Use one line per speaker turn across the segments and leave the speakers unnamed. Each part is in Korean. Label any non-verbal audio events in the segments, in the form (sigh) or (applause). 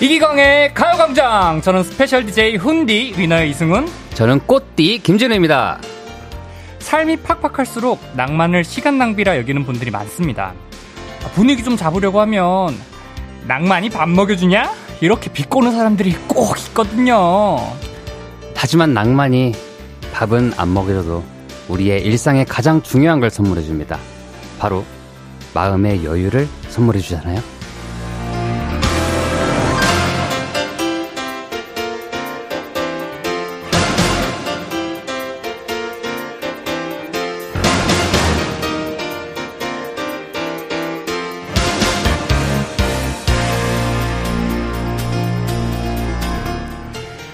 이기광의 가요광장. 저는 스페셜 DJ 훈디 위너의 이승훈.
저는 꽃띠 김준우입니다.
삶이 팍팍할수록 낭만을 시간 낭비라 여기는 분들이 많습니다. 아, 분위기 좀 잡으려고 하면 낭만이 밥 먹여주냐? 이렇게 비꼬는 사람들이 꼭 있거든요.
하지만 낭만이 밥은 안 먹여도 우리의 일상에 가장 중요한 걸 선물해 줍니다. 바로 마음의 여유를 선물해 주잖아요.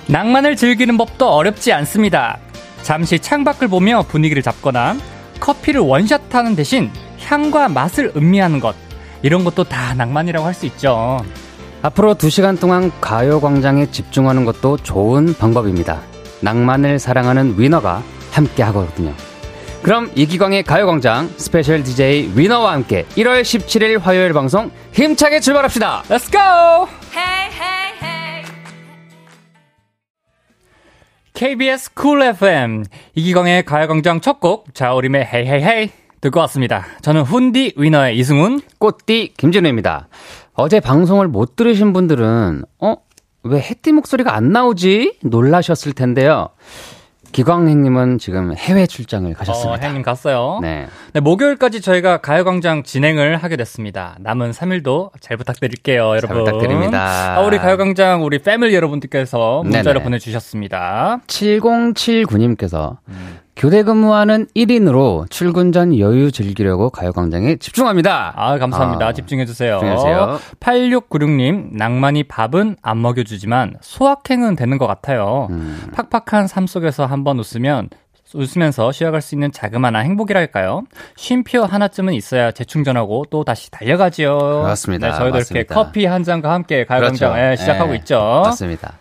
낭만을 즐기는 법도 어렵지 않습니다. 잠시 창밖을 보며 분위기를 잡거나 커피를 원샷하는 대신 향과 맛을 음미하는 것 이런 것도 다 낭만이라고 할 수 있죠.
앞으로 2시간 동안 가요광장에 집중하는 것도 좋은 방법입니다. 낭만을 사랑하는 위너가 함께 하거든요. 그럼 이기광의 가요광장 스페셜 DJ 위너와 함께 1월 17일 화요일 방송 힘차게 출발합시다.
Let's go!
Hey, hey, hey.
KBS 쿨 FM 이기광의 가요광장 첫 곡 자우림의 헤이 헤이 헤이 듣고 왔습니다. 저는 훈디 위너의 이승훈.
꽃띠 김준우입니다. 어제 방송을 못 들으신 분들은 어? 왜 해띠 목소리가 안 나오지? 놀라셨을 텐데요. 기광행님은 지금 해외 출장을
어,
가셨습니다.
형님 갔어요.
네.
네, 목요일까지 저희가 가요광장 진행을 하게 됐습니다. 남은 3일도 잘 부탁드릴게요, 여러분.
부탁드립니다.
아, 우리 가요광장 우리 패밀리 여러분들께서 문자를
네네.
보내주셨습니다.
7079님께서
음.
교대 근무하는 1인으로 출근 전 여유 즐기려고 가요광장에 집중합니다.
아, 감사합니다.
아,
집중해주세요.
집중해주세요.
8696님, 낭만이 밥은 안 먹여주지만 소확행은 되는 것 같아요.
음.
팍팍한 삶 속에서 한번 웃으면 웃으면서 쉬어갈 수 있는 자그마한 행복이랄까요? 쉼표 하나쯤은 있어야 재충전하고 또 다시 달려가지요.
그렇습니다.
네, 저희도 이렇게
맞습니다.
커피 한 잔과 함께 가요광장
그렇죠.
예, 시작하고
예,
있죠.
맞습니다.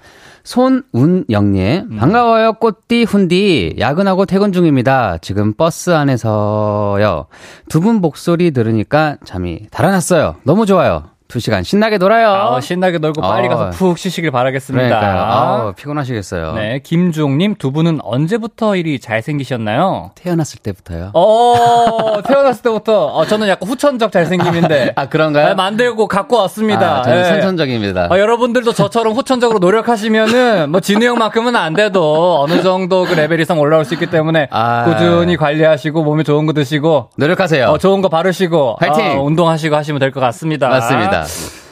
손운영님 반가워요 꽃띠 훈디 야근하고 퇴근 중입니다. 지금 버스 안에서요. 두 분 목소리 들으니까 잠이 달아났어요. 너무 좋아요. 두 시간 신나게 놀아요.
아, 신나게 놀고 빨리
어.
가서 푹 쉬시길 바라겠습니다.
그러니까요. 아, 피곤하시겠어요.
네, 김종님 두 분은 언제부터 일이 잘생기셨나요?
태어났을 때부터요.
어, 태어났을 때부터, 어, 저는 약간 후천적 잘생김인데.
아 그런가요?
아, 만들고 갖고 왔습니다.
아, 저는
예.
선천적입니다.
어, 여러분들도 저처럼 후천적으로 노력하시면은, 뭐, 진우 형만큼은 안 돼도 어느 정도 그 레벨 이상 올라올 수 있기 때문에,
아.
꾸준히 관리하시고, 몸에 좋은 거 드시고,
노력하세요.
어, 좋은 거 바르시고,
화이팅!
어, 운동하시고 하시면 될 것 같습니다.
맞습니다.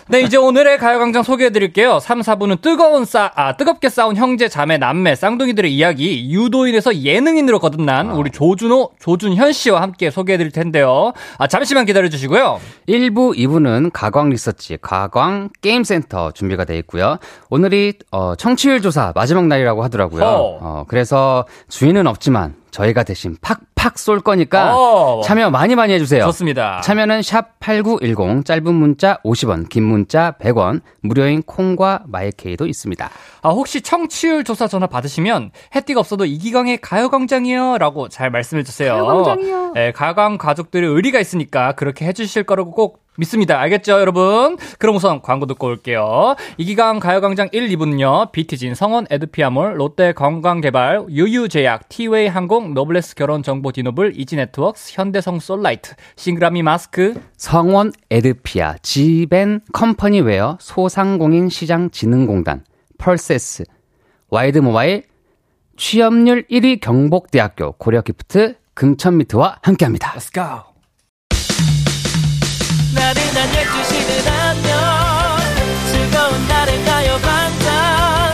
네, 이제 오늘의 가요광장 소개해드릴게요. 3, 4부는 뜨거운 싸, 아, 뜨겁게 싸운 형제, 자매, 남매, 쌍둥이들의 이야기, 유도인에서 예능인으로 거듭난 우리 조준호, 조준현 씨와 함께 소개해드릴 텐데요. 아, 잠시만 기다려주시고요.
1부, 2부는 가광 리서치, 가광 게임센터 준비가 돼 있고요. 오늘이 어, 청취율 조사 마지막 날이라고 하더라고요.
어.
어, 그래서 주인은 없지만 저희가 대신 팍팍 쏠 거니까
어.
참여 많이 많이 해주세요.
좋습니다.
참여는 샵 8910, 짧은 문자 50원, 긴 문자 100원, 무료인 콩과 마이케이도 있습니다.
아, 혹시 청취율 조사 전화 받으시면 해띠가 없어도 이기광의 가요광장이요 라고 잘 말씀해주세요. 가요광장이요. 네, 가광 가족들의 의리가 있으니까 그렇게 해주실 거라고 꼭 믿습니다. 알겠죠, 여러분? 그럼 우선 광고 듣고 올게요. 이기광 가요광장 1, 2부는요, 비티진, 성원, 에드피아몰, 롯데 건강개발, 유유제약, 티웨이 항공, 노블레스 결혼 정보 디노블, 이지네트웍스, 현대성 솔라이트, 싱그라미 마스크,
성원 에드피아, 지벤 컴퍼니웨어, 소상공인 시장 진흥공단, 펄세스, 와이드 모바일, 취업률 1위 경복대학교, 고려기프트, 금천미트와 함께합니다.
Let's go!
나른한 12시는 안녕 즐거운 날을 가요광장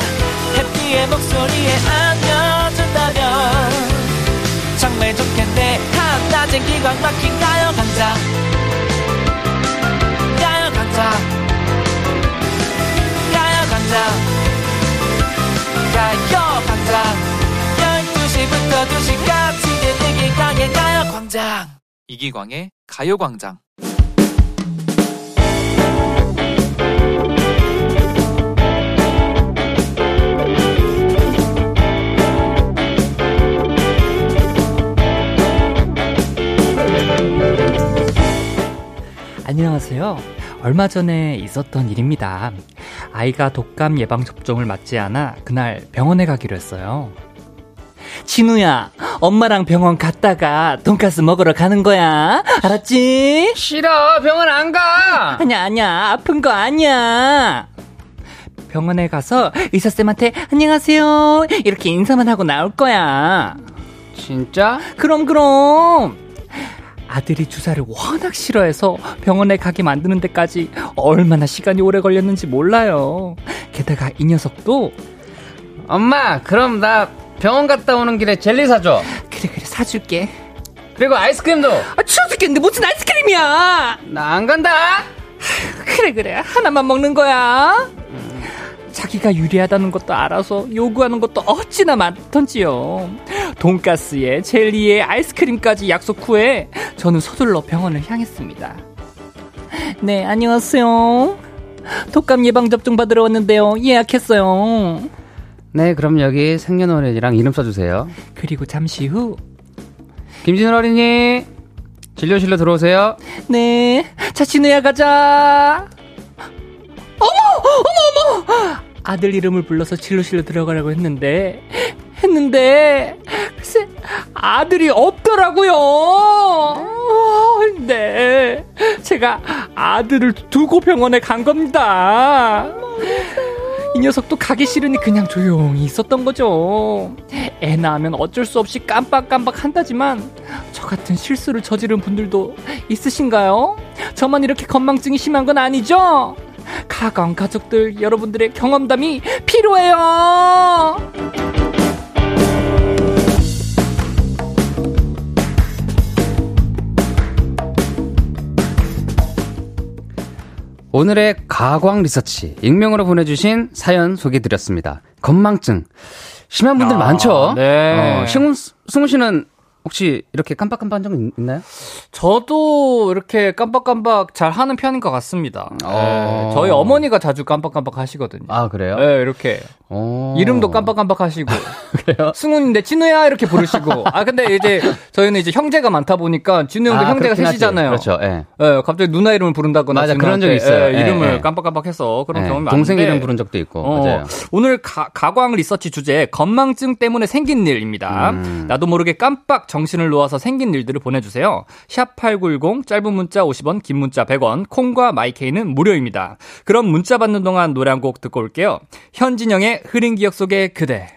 해피의 목소리에 안겨준다면 정말 좋겠네 한낮엔 기광 막힌 가요광장 가요광장 가요광장 가요광장 12시부터 2시까지는 이기광의 가요광장 이기광의 가요광장
안녕하세요. 얼마 전에 있었던 일입니다. 아이가 독감 예방접종을 맞지 않아 그날 병원에 가기로 했어요. 진우야, 엄마랑 병원 갔다가 돈가스 먹으러 가는 거야. 알았지?
싫어 병원 안 가.
아니야, 아니야. 아픈 거 아니야. 병원에 가서 의사쌤한테 안녕하세요. 이렇게 인사만 하고 나올 거야.
진짜?
그럼 그럼 아들이 주사를 워낙 싫어해서 병원에 가게 만드는 데까지 얼마나 시간이 오래 걸렸는지 몰라요. 게다가 이 녀석도
엄마 그럼 나 병원 갔다 오는 길에 젤리 사줘.
그래 그래 사줄게.
그리고 아이스크림도
아 추워 죽겠는데 무슨 아이스크림이야?
나 안 간다.
그래 그래 하나만 먹는 거야. 자기가 유리하다는 것도 알아서 요구하는 것도 어찌나 많던지요. 돈가스에 젤리에 아이스크림까지 약속 후에 저는 서둘러 병원을 향했습니다. 네 안녕하세요. 독감 예방 접종 받으러 왔는데요. 예약했어요.
네 그럼 여기 생년월 일이랑 이름 써주세요.
그리고 잠시 후
김진우 어린이 진료실로 들어오세요.
네. 자, 진우야, 가자. 어머! 어머, 어머! 아들 이름을 불러서 진료실로 들어가라고 했는데, 했는데, 글쎄, 아들이 없더라고요! 어, 네. 제가 아들을 두고 병원에 간 겁니다. 이 녀석도 가기 싫으니 그냥 조용히 있었던 거죠. 애 낳으면 어쩔 수 없이 깜빡깜빡 한다지만 저 같은 실수를 저지른 분들도 있으신가요? 저만 이렇게 건망증이 심한 건 아니죠? 가강 가족들 여러분들의 경험담이 필요해요.
오늘의 가광 리서치 익명으로 보내주신 사연 소개드렸습니다. 건망증 심한 분들
아,
많죠.
네.
어, 승훈 승훈 씨는 혹시 이렇게 깜빡깜빡한 적은 있- 있나요?
저도 이렇게 깜빡깜빡 잘 하는 편인 것 같습니다. 네,
어. 저희
어머니가 자주 깜빡깜빡 하시거든요. 네,
아 그래요?
이렇게
어.
이름도 깜빡깜빡
(laughs)
하시고. 승훈인데 진우야 이렇게 부르시고. 아 근데 이제 저희는 이제 형제가 많다 보니까 진우 형도
아,
형제가
그렇긴 하지.
셋이잖아요.
그렇죠. 예.
예, 갑자기 누나 이름을 부른다거나
맞아,
진우한테
그런 적이 있어요.
예,
예,
이름을
예.
깜빡깜빡해서 그런
예,
경험이 많은데.
동생 이름 부른 적도 있고
어,
맞아요.
오늘 가, 가광 리서치 주제 건망증 때문에 생긴 일입니다.
음.
나도 모르게 깜빡 정신을 놓아서 생긴 일들을 보내주세요. 샵8910 짧은 문자 50원 긴 문자 100원 콩과 마이케이는 무료입니다. 그럼 문자 받는 동안 노래 한 곡 듣고 올게요. 현진영의 흐린 기억 속의 그대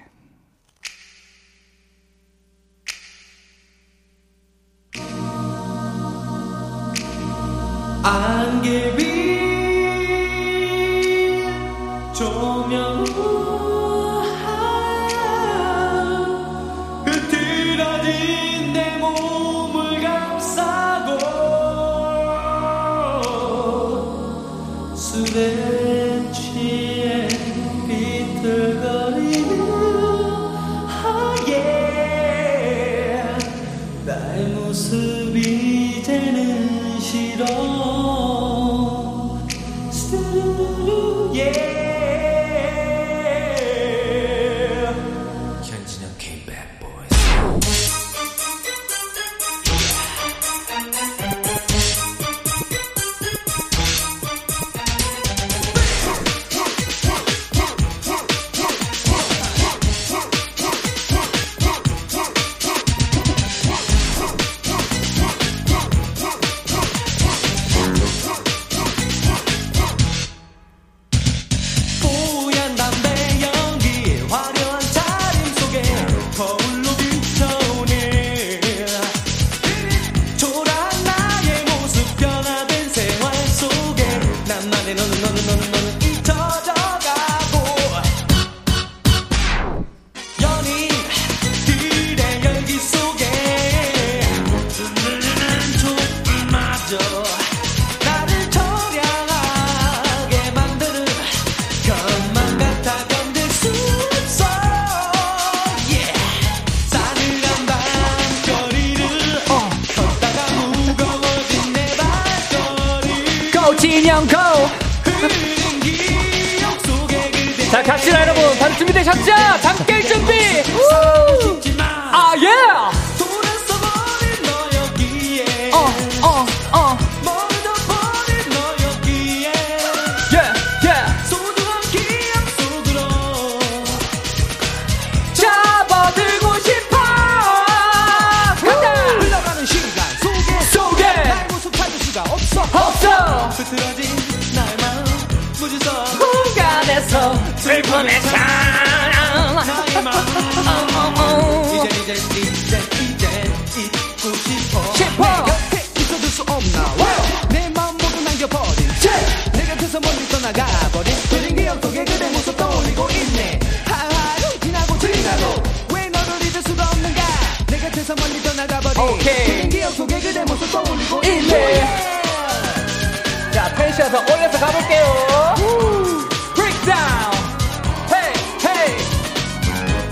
그 예. 뽀얀 담배 연기 화려한 차림 속에 거울로 비춰오네 초라한 나의 모습 변화된 생활 속에 난 나의 너는 너는 너는 너는 잊혀져가고 연인들의 연기 속에 흔들리는 촛불마저 나를 처량하게 만드는 것만 같아 견딜 수 없어 yeah. 싸늘한 밤거리를 걷다가 무거워진 내 발걸음
고 진영 고!
흐린 기억 속에 그대
자 갑시다 여러분 다들 준비되셨죠? 잠깰 준비! 우!
지만
아 예!
돌아서버린 너였기에
어어어
멀어버린 너였기에 없어 흐트러진 나의 마음 무지성 나의 마음 이제 이제 이제 이제 잊고 싶어 내 곁에 있어줄 수 없나 내 마음 모두 남겨버린 채내 곁에서 멀리 떠나가버린 흐린 기억 속에 그대 모습 떠올리고 있네 하하루 지나고 지나고 왜 너를 잊을 수가 없는가 내 곁에서 멀리 떠나가버린 흐린 기억 속에 그대 모습 떠올리고 있네
자, 펜션에서 올려서 가볼게요. 브레이크다운. 헤이, 헤이.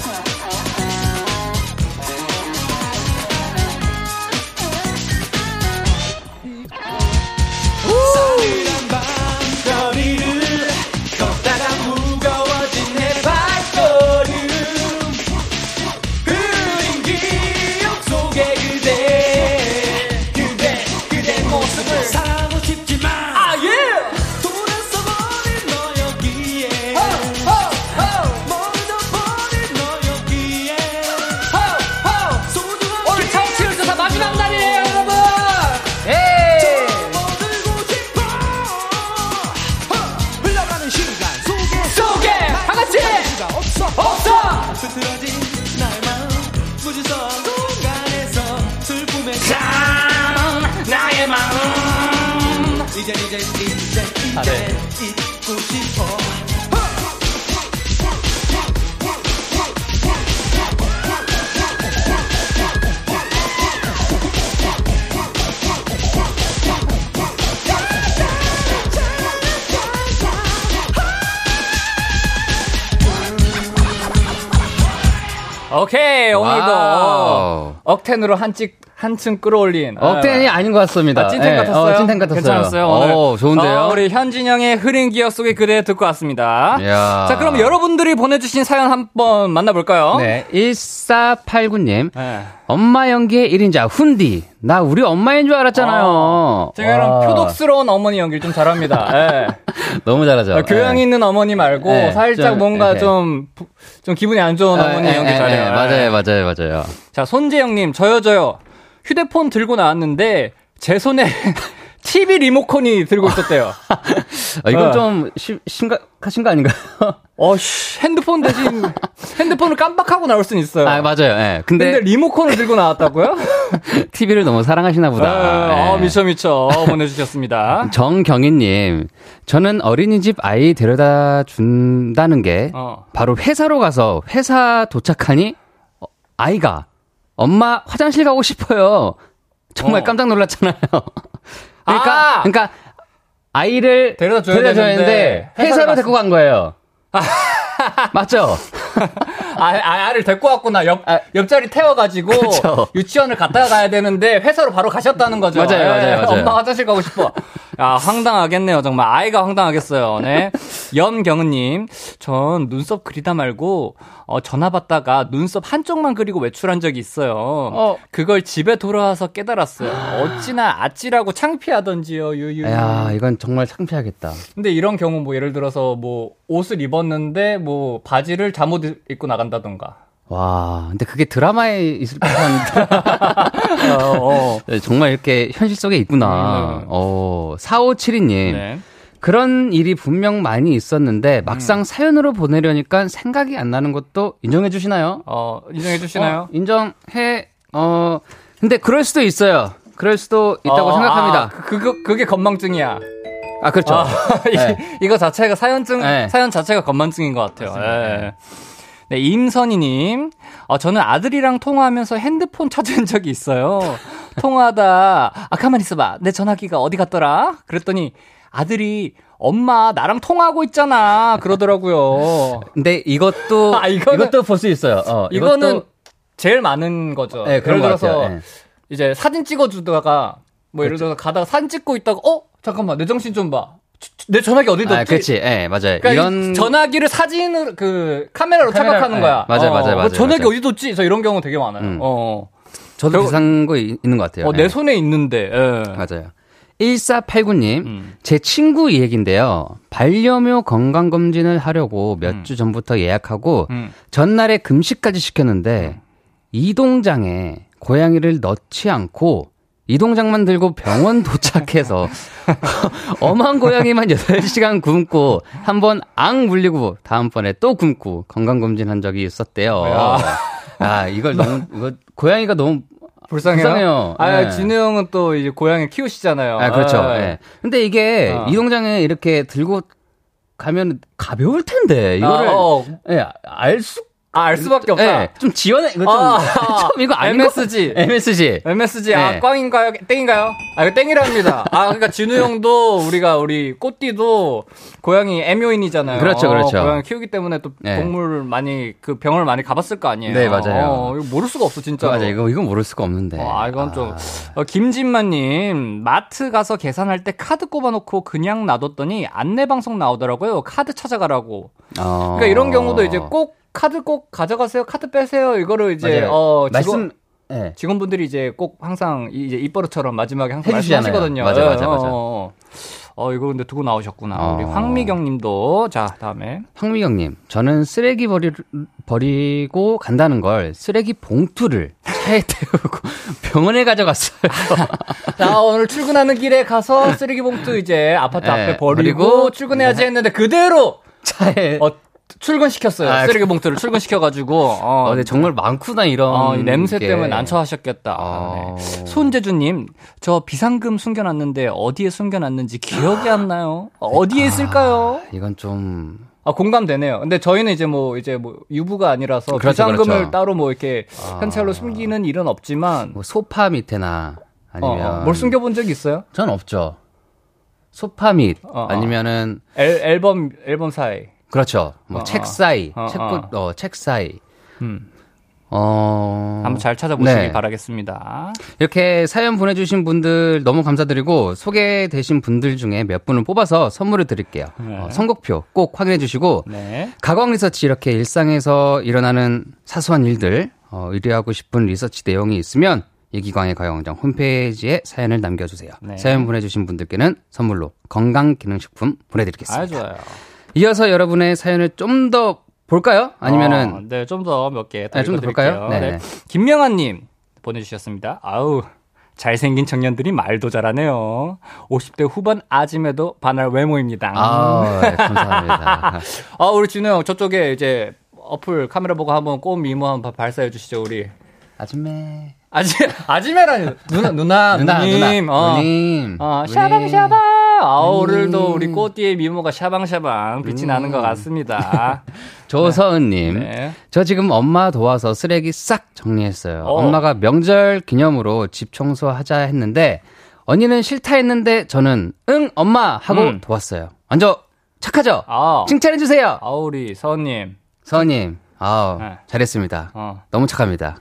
싸늘한 밤 거리를 걷다가 무거워진 내 발걸음 흐린 기억 속에 그대 그대 그대 모습을 사랑하고 싶지만 돌아서 버린 너 여기에 멀어져 버린 너 여기에 소중한
오늘
기억
청취율 조사 마지막 날이에요, 여러분.
예!
저 머들고 싶어 허! 흘러가는 시간 속에
속에 다 같이.
시간 없어
없어.
흐트러진 나의 마음 무지성 공간에서 슬픔에
나의 마음.
이제 이제 이제 이제 잊고 싶어
오케이 오늘도
와우.
억텐으로 한찍 한층 끌어올린 아,
억텐이 아닌 것 같습니다.
아, 찐텐
예,
같았어요.
어, 찐텐 같았어요.
괜찮았어요. 오늘.
어, 좋은데요?
어, 우리 현진영의 흐린 기억 속의 그대 듣고
네.
왔습니다.
이야.
자, 그럼 여러분들이 보내주신 사연 한번 만나볼까요?
아. 네, 1489님.
네.
엄마 연기의 1인자, 훈디. 나 우리 엄마인 줄 알았잖아요. 아.
어, 제가 이런
와.
표독스러운 어머니 연기를 좀 잘합니다.
(laughs)
예.
너무 잘하죠.
어, 교양
예.
있는 어머니 말고
네,
살짝
좀,
뭔가
네.
좀, 부- 좀 기분이 안 좋은 어머니
예, 예,
연기
예,
잘해요.
예,
예.
맞아요, 맞아요, 맞아요.
자, 손재영님, 저요, 저요. 휴대폰 들고 나왔는데, 제 손에 (laughs) TV 리모컨이 들고
(laughs)
있었대요.
아, 이건
어.
좀 심, 심각하신 거 아닌가요?
어, 씨, 핸드폰 대신, 핸드폰을 깜빡하고 나올 순 있어요.
(laughs) 아, 맞아요. 예. 근데,
근데, 리모컨을 들고 나왔다고요?
TV를 너무 사랑하시나 보다.
아, 어,
(laughs) 예.
미쳐, 미쳐.
(laughs)
보내주셨습니다.
정경희님, 저는 어린이집 아이 데려다 준다는 게
어.
바로 회사로 가서 회사 도착하니 어, 아이가 엄마 화장실 가고 싶어요. 정말
어.
깜짝 놀랐잖아요. (laughs) 그러니까
아!
그러니까 아이를
데려다 줘야 되는데 회사로
회사로
갔어.
데리고 간 거예요. 맞죠?
아, 아, 아를 데리고 왔구나. 옆,
아.
옆자리 태워가지고.
(laughs) 그쵸.
유치원을 갔다 가야 되는데, 회사로 바로 가셨다는 거죠. 예,
맞아요, 맞아요, 맞아요.
엄마 화장실 가고 싶어. 야, 황당하겠네요. 정말. 아이가 황당하겠어요. 네. 염경은님. 전 눈썹 그리다 말고, 어, 전화 받다가 눈썹 한쪽만 그리고 외출한 적이 있어요. 그걸 집에 돌아와서 깨달았어요. 어찌나 아찔하고 창피하던지요, 유유.
야, 이건 정말 창피하겠다.
근데 이런 경우 뭐 예를 들어서 뭐 옷을 입었는데 뭐 바지를 잠옷 입고 나간다던가.
와, 근데 그게 드라마에 있을
(laughs)
법한
어, 어.
네, 정말 이렇게 현실 속에 있구나. 어, 4572님.
네.
그런 일이 분명 많이
음.
있었는데 막상 사연으로 보내려니까 생각이 안 나는 것도 인정해 주시나요?
어, 인정해 주시나요?
어, 인정해. 어, 근데 그럴 수도 있어요. 그럴 수도 있다고
어, 아,
생각합니다.
그- 그거 그게 건망증이야.
아, 그렇죠.
아, (laughs) 이- 이거 자체가 사연증
네.
사연 자체가 건망증인 것 같아요. 예. 네, 임선희님, 어, 저는 아들이랑 통화하면서 핸드폰 (laughs) 찾은 적이 있어요. 통화하다, 아 가만 있어봐, 내 전화기가 어디 갔더라? 그랬더니 아들이 엄마 나랑 통화하고 있잖아 그러더라고요.
근데 이것도
아,
이것
이거는-
도 볼 수 있어요. 어,
이거는
이것도-
제일 많은 거죠.
네, 그런
예를
것
들어서
같아요. 네. 그렇죠.
이제 사진 찍어주다가 뭐 예를 들어서 가다가 사진 찍고 있다가 어 잠깐만 내 정신 좀 봐. 주- 주- 내 전화기 어디
아,
뒀지?
그렇지. 예, 맞아요.
그러니까
이런
이 전화기를 사진으로 그 카메라로
카메라,
착각하는
예.
거야.
맞아요, 맞아요,
어,
맞아요,
전화기
맞아요.
어디 뒀지? 저 이런 경우 되게 많아요.
음.
어,
저도
저-
비슷한 거 이- 있는 것 같아요.
어,
예.
내 손에 있는데. 예.
맞아요. 1489님,
음.
제 친구 얘긴데요. 반려묘 건강검진을 하려고 몇 주 전부터 예약하고,
음.
전날에 금식까지 시켰는데, 이동장에 고양이를 넣지 않고, 이동장만 들고 병원
(laughs)
도착해서 엄한 고양이만 8시간 굶고 한 번 앙 물리고 다음번에 또 굶고 건강검진 한 적이 있었대요.
야.
아, 이걸 너무, 이거 고양이가 너무
불쌍해요.
불쌍해요.
아,
예.
진우 형은 또 이제 고양이 키우시잖아요.
아, 그렇죠.
아,
예. 근데 이게
어.
이동장에 이렇게 들고 가면 가벼울 텐데 이거를
아, 어.
예, 알 수,
아, 알 수밖에 없다.
예, 좀 지원해 이거 좀,
아.
(laughs) 좀 이거 아닌 것
MSG.
같- MSG.
MSG
예.
아 꽝인가요? 땡인가요? 아 이거 땡이랍니다. 아 그러니까 진우 형도 우리가 우리 꽃띠도 고양이 애묘인이잖아요.
그렇죠, 그렇죠.
어, 고양이 키우기 때문에 또
네.
동물 많이 그 병원을 많이 가봤을 거 아니에요.
네, 맞아요.
어, 이거 모를 수가 없어 진짜.
맞아 이거 네. 이건 모를 수가 없는데.
아, 이건 좀. 어, 김진만님, 마트 가서 계산할 때 카드 꼽아놓고 그냥 놔뒀더니 안내방송 나오더라고요. 카드 찾아가라고.
어.
그러니까 이런 경우도 이제 꼭 카드 꼭 가져가세요. 카드 빼세요. 이거를 이제,
맞아요.
어, 직원,
말씀 예.
분들이 이제 꼭 항상 이- 이제 입버릇처럼 마지막에 항상
해주시잖아요.
말씀하시거든요.
맞아,
예,
맞아,
어,
맞아.
어, 어. 어, 이거 근데 두고 나오셨구나. 우리
어.
황미경 님도. 자, 다음에.
황미경 님. 저는 쓰레기 버리 버리고 간다는 걸 쓰레기 봉투를 차에 (laughs) 태우고 병원에 가져갔어요.
아, 자, 오늘 출근하는 길에 가서 (laughs) 쓰레기 봉투 이제 아파트
예,
앞에
버리고 네.
버리고 출근해야지 했는데 그대로
차에
어, 출근시켰어요.
아,
쓰레기 봉투를 출근시켜가지고. 어,
어, 근데 정말 많구나 이런
어, 이 냄새
게.
때문에 난처하셨겠다.
아.
네. 손재주님, 저 비상금 숨겨놨는데 어디에 숨겨놨는지 기억이 안 나요. 어, 어디에 있을까요?
이건 좀
아, 공감되네요. 근데 저희는 이제 뭐, 이제 뭐, 유부가 아니라서
그렇죠, 아.
비상금을
그렇죠.
따로 뭐 이렇게 현찰로 숨기는 일은 없지만,
뭐 소파 밑에나
어,
아니면
어, 뭘 숨겨본 적 있어요?
전 없죠. 소파 밑
어.
아니면은
앨, 앨범, 앨범 사이.
그렇죠. 뭐
어.
책 사이,
어,
책꽂 어, 책 사이.
음.
어.
한번 잘 찾아보시기
네.
바라겠습니다.
이렇게 사연 보내주신 분들 너무 감사드리고 소개되신 분들 중에 몇 분을 뽑아서 선물을 드릴게요. 어, 선곡표 꼭 확인해 주시고
네.
가광 리서치 이렇게 일상에서 일어나는 사소한 일들 어, 의뢰하고 싶은 리서치 내용이 있으면 이기광의 가요광장 홈페이지에 사연을 남겨주세요.
네.
사연 보내주신 분들께는 선물로 건강기능식품 보내드리겠습니다.
아, 좋아요.
이어서 여러분의 사연을 좀 더 볼까요? 아니면은
어, 네, 좀 더 몇 개 더
네, 좀더 볼까요?
읽어드릴게요.
네,
네.
네.
김명아님 보내주셨습니다. 아우 잘생긴 청년들이 말도 잘하네요. 50대 후반 아침에도 반할 외모입니다. 아,
아,
(laughs)
네, 감사합니다.
우리 진우 형 저쪽에 이제 어플 카메라 보고 한번 꼬 미모 한번 발사해 주시죠 우리.
아줌매.
아지 (laughs) 아지메라니 누나 누나
누나,
누님
누나.
어.
누님.
어,
누님.
샤방샤방. 아우,
누님.
오늘도 우리 꼬띠의 미모가 샤방샤방 빛이 나는
음.
것
(laughs)
같습니다.
조서은님.
네.
저 지금 엄마 도와서 쓰레기 싹 정리했어요.
어.
엄마가 명절 기념으로 집 청소하자 했는데, 언니는 싫다 했는데, 저는 응, 엄마! 하고
음.
도왔어요. 완전 착하죠?
아,
칭찬해주세요!
아우, 우리 서은님.
서은님. 아우,
네.
잘했습니다.
어.
너무
(laughs)
착합니다.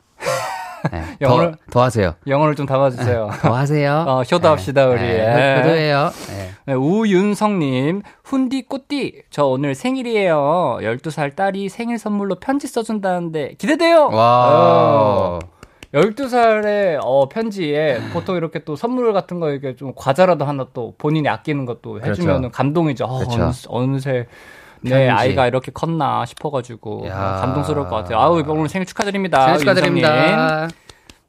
네, 더,
영어를-
도와세요.
영어를 좀
(laughs)
담아주세요.
도와세요.
(laughs)
네.
어, 효도합시다, 우리. 예.
효도해요. 네.
네, 우윤성님, 훈디 꽃띠, 저 오늘 생일이에요. 12살 딸이 생일 선물로 편지 써준다는데, 기대돼요!
와.
어, 12살에, 어, 편지에 보통 이렇게 또 선물 같은 거 이렇게 좀 과자라도 하나 또 본인이 아끼는 것도 해주면
그렇죠.
감동이죠. 어,
그렇죠.
어느새- 어느새.
편지.
내 아이가 이렇게 컸나 싶어가지고 아,
야.
감동스러울 것 같아요. 아우 오늘 생일 축하드립니다.
생일 축하드립니다.
윤성님.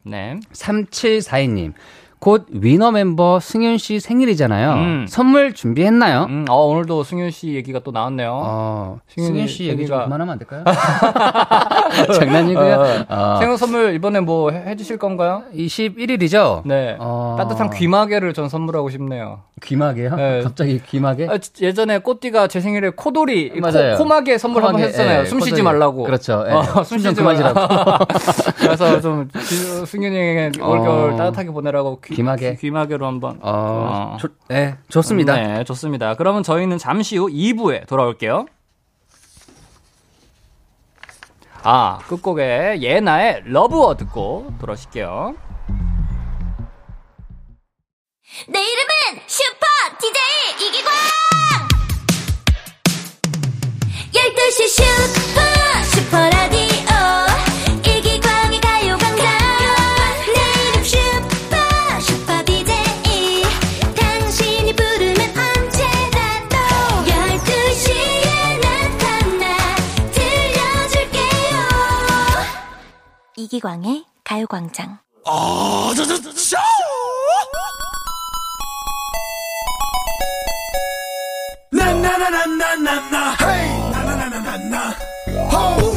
네.
3742님. 곧 위너 멤버 승윤 씨 생일이잖아요.
음.
선물 준비했나요?
음, 어, 오늘도 승윤 씨 얘기가 또 나왔네요.
어,
승윤이
승윤 씨 얘기 좀
얘기가-
그만하면 안 될까요? (laughs) 장난이고요. 어,
생일 선물 이번에 뭐 해- 해주실 건가요?
21일이죠?
네.
어.
따뜻한 귀마개를 전 선물하고 싶네요.
귀마개요?
네.
갑자기 귀마개?
아, 지- 예전에 꼬띠가 제 생일에 코돌이, 이
맞아요.
코, 마개 선물 한번
코마개,
했잖아요.
예,
숨 쉬지
코돌이.
말라고. 어,
그렇죠, 예. 숨
숨
좀
쉬지
그만이라고.
말라고.
(laughs)
그래서 좀 지- 승윤이에게 올겨울
어.
따뜻하게 보내라고 귀,
귀마개.
마개로 한번.
어,
어.
좋- 네, 좋습니다.
네, 좋습니다. 그러면 저희는 잠시 후 2부에 돌아올게요. 아, 끝곡에 예나의 러브워 듣고 돌아오실게요.
내 이름은 슈퍼 DJ 이기광 12시 슈퍼 슈퍼라디오 이기광의 가요광장 내 이름 슈퍼 슈퍼 DJ 당신이 부르면 언제나 또 12시에 나타나 들려줄게요 이기광의 가요광장
어, 저, 저, 저, 쇼! 나나나나나나나 헤이 나나나나나나 호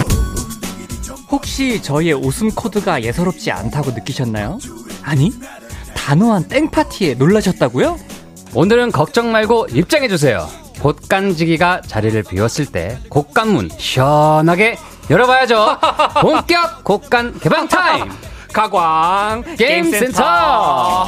혹시 저희의 웃음 코드가 예사롭지 않다고 느끼셨나요? 아니, 단호한 땡파티에 놀라셨다고요?
오늘은 걱정 말고 입장해주세요. 곶간지기가 자리를 비웠을 때 곶간문 시원하게 열어봐야죠.
(laughs)
본격 곶간 개방 타임!
가광
게임센터!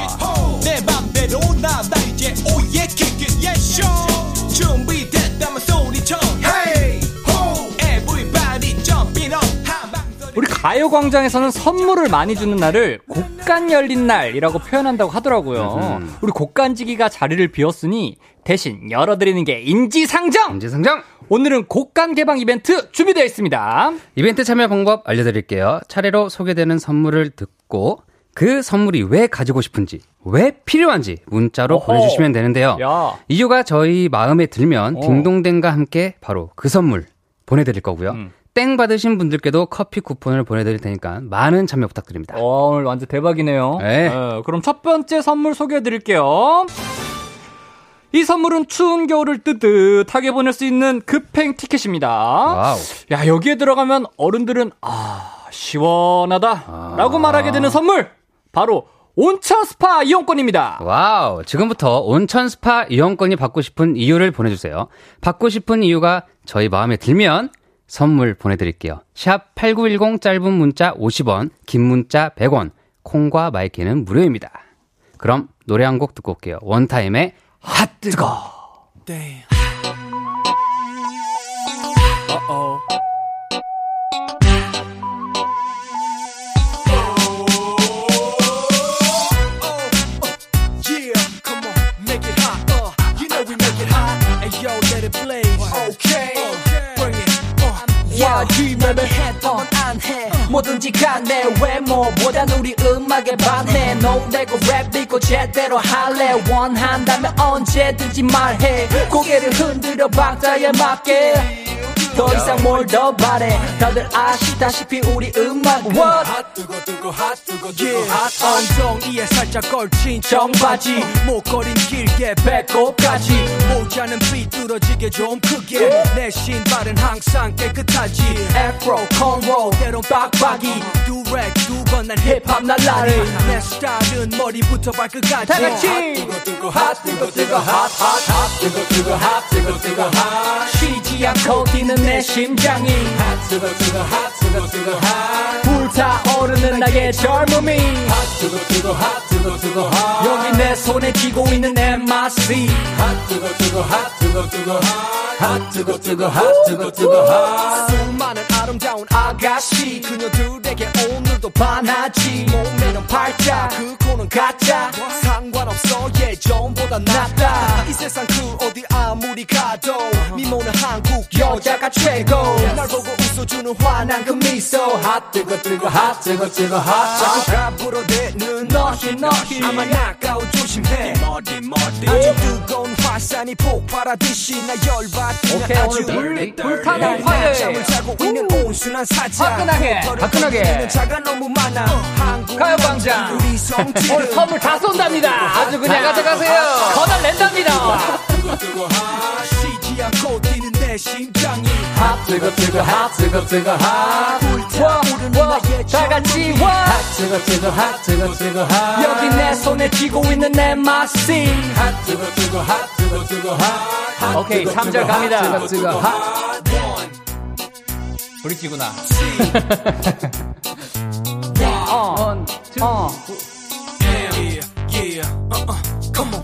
내 맘대로 나나 이제 오예 kick it yes yo 준비됐다면 소리쳐 헤이 호 everybody jumping up 한방소리
우리 가요광장에서는 선물을 많이 주는 날을 곡간 열린 날이라고 표현한다고 하더라고요.
음.
우리 곡간지기가 자리를 비웠으니 대신 열어드리는 게 인지상정!
인지상정!
오늘은 곡간 개방 이벤트 준비되어 있습니다.
이벤트 참여 방법 알려드릴게요. 차례로 소개되는 선물을 듣고 그 선물이 왜 가지고 싶은지, 왜 필요한지 문자로
어허.
보내주시면 되는데요.
야.
이유가 저희 마음에 들면
어.
딩동댕과 함께 바로 그 선물 보내드릴 거고요.
음.
땡 받으신 분들께도 커피 쿠폰을 보내드릴 테니까 많은 참여 부탁드립니다.
와, 어, 오늘 완전 대박이네요.
네.
어, 그럼 첫 번째 선물 소개해 드릴게요. 이 선물은 추운 겨울을 뜨뜻하게 보낼 수 있는 급행 티켓입니다.
와우.
야, 여기에 들어가면 어른들은 아, 시원하다. 라고 말하게 되는 선물! 바로 온천 스파 이용권입니다.
와우. 지금부터 온천 스파 이용권이 받고 싶은 이유를 보내주세요. 받고 싶은 이유가 저희 마음에 들면 선물 보내드릴게요. 샵 8910 짧은 문자 50원, 긴 문자 100원, 콩과 마이키는 무료입니다. 그럼 노래 한 곡 듣고 올게요. 원타임의 핫 뜨거.
yeah come on make it hot uh, you know we make it hot and yo let it blaze okay bring it uh,
야 뒷맘에 해도 안해 뭐든지 간내 외모보단 우리 음악에 반해 노래고 랩 있고 제대로 할래 원한다면 언제든지 말해 고개를 흔들어 박자에 맞게 더 이상 뭘 더 바래 다들 아시다시피 우리 음악 What?
핫 뜨거 뜨거 핫 뜨거 뜨거 핫 엉덩이에 살짝 걸친
청바지.
청바지 목걸이 길게 배꼽까지 모자는 삐뚤어지게 좀 크게 내 신발은 항상 깨끗하지
Afro, cornrow,
때론 빡빡이 두렉 두번난 힙합 날라리 내 스타일은 머리부터 발끝까지
다 같이.
핫 뜨거 뜨거 핫 뜨거 뜨거 핫핫핫 뜨거 뜨거 핫 뜨거 뜨거 핫
쉬지 않고 뛰는 내 심장이
핫, 뜨거 뜨거 핫 뜨거 뜨거 핫
불타오르는 나의 젊음이
뜨거 뜨거 핫 뜨거 뜨거 핫
여기 내 손에 쥐고 있는 MRC
핫 뜨거 뜨거 핫 뜨거 뜨거 핫핫 뜨거 뜨거 핫 뜨거 뜨거 핫
수많은 아름다운 아가씨 그녀들에게 오늘도 반하지 몸매는 팔자 그 코는 가짜 상관없어 예전보다 낫다 이 세상 그 어디 아무리 가도 미모는 한국 여자가 최고 날 보고 웃어주는 환한 그 미소 핫
뜨거 뜨거 핫 뜨거 뜨거 핫
자꾸 가불어대는 너희 너희 아마 나가오 조심해
머리 머리
아주
뜨거운 화산이 폭발하듯이 나 열받는
오케이, 오늘 불- 불타는 화요일.
잠을 자고 있는 온순한 사자
화끈하게, 화끈하게.
는
네.
자가 너무 많아
어,
한국
가요광장.
우리 성질
오늘 선물 다 쏜답니다. 아주 그냥
가져가세요.
거달 낸답니다.
쉬지 않고 뛰는 내 심장이
핫 뜨거 뜨거 핫 뜨거 뜨거 핫
불타오르는 나의
다 같이 와
뜨거 뜨거 핫 뜨거 뜨거 핫
여기 내 손에 쥐고 있는 MRC
뜨거 뜨거 핫 뜨거 뜨거 핫
오케이 3절 갑니다
뜨거 핫.
브릿지구나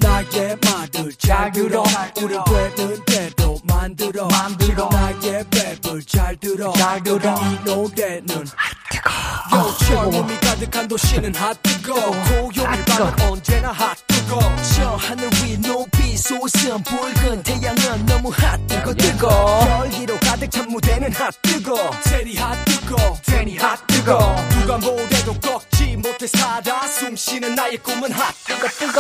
나의 말을 잘 들어 우리 되는 대로 만들어 만들어 나의 랩을 잘 들어 잘 들어 이 노래는 핫뜨거 젊음이 가득한 도시는 핫뜨거 고요한 밤은 언제나 핫뜨거
저 하늘 위 높이 솟은 붉은 태양은 너무 핫뜨거 뜨거
열기로 가득 찬 무대는 핫뜨거 제리 핫뜨거
괜히 핫뜨거
누가 뭐래도 꺾지 못해 살아 숨쉬는 나의 꿈은 핫뜨거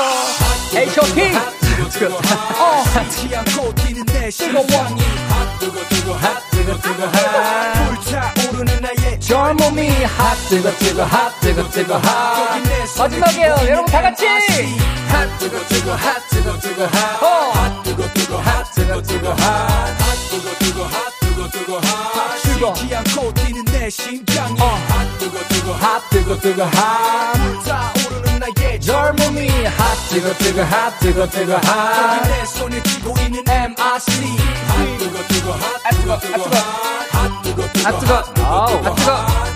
H.O.P
뜨거 뜨거 핫
어
지지 않고 뛰는 내 심장이 핫 뜨거 뜨거 핫 뜨거 뜨거 핫 불타오르는 나의
저 몸이 핫 뜨거 뜨거 핫 뜨거 뜨거 핫
저기 내 손에
마지막이에요
쥐고
여러분 다 같이
있는 핫 뜨거 뜨거 핫 뜨거 뜨거
어.
핫 뜨거 뜨거 핫 뜨거 뜨거 핫 뜨거 뜨거 핫 뜨거 뜨거 핫
뜨거.
쉬지 않고 뛰는 내 심장이 핫 뜨거 뜨거 핫 뜨거 뜨거 핫 불타오르는 나의
저 몸이 핫 뜨거 뜨거 핫 뜨거 뜨거 핫
저기 내 손에 쥐고 있는 MRC 핫 뜨거 뜨거 핫 뜨거 뜨거 핫 뜨거 뜨거
아 뜨거 아우 아 뜨거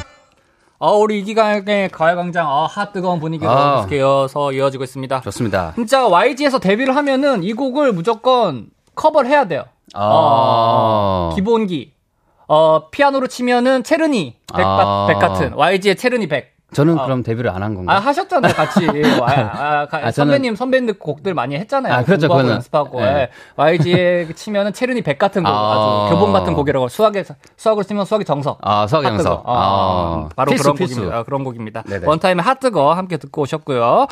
아, 우리 이기광의 가을광장, 아, 핫 뜨거운 분위기가
아.
계속 이어서 이어지고 있습니다.
좋습니다.
진짜 YG에서 데뷔를 하면은 이 곡을 무조건 커버를 해야 돼요.
아.
어. 기본기. 어, 피아노로 치면은 체르니 백,
아.
바- 백 같은 YG의 체르니 백.
저는 그럼 데뷔를 안 한 건가요?
아 하셨잖아요
(laughs)
같이 와- 아, 가-
네. 아, 저는-
선배님 선배님 곡들 많이 했잖아요
아, 그렇죠,
공부하고
그거는.
연습하고
예.
예. YG에 (laughs) 치면은 체르니 백 같은 곡
아.
아... 주 교본 같은 곡이라고 수학에 수학을 쓰면 수학의 정석
아, 수학의
핫뜨거.
정석.
어,
아.
바로
필수,
그런
필수.
곡입니다 아, 그런 곡입니다
네네.
원타임의 핫뜨거 함께 듣고 오셨고요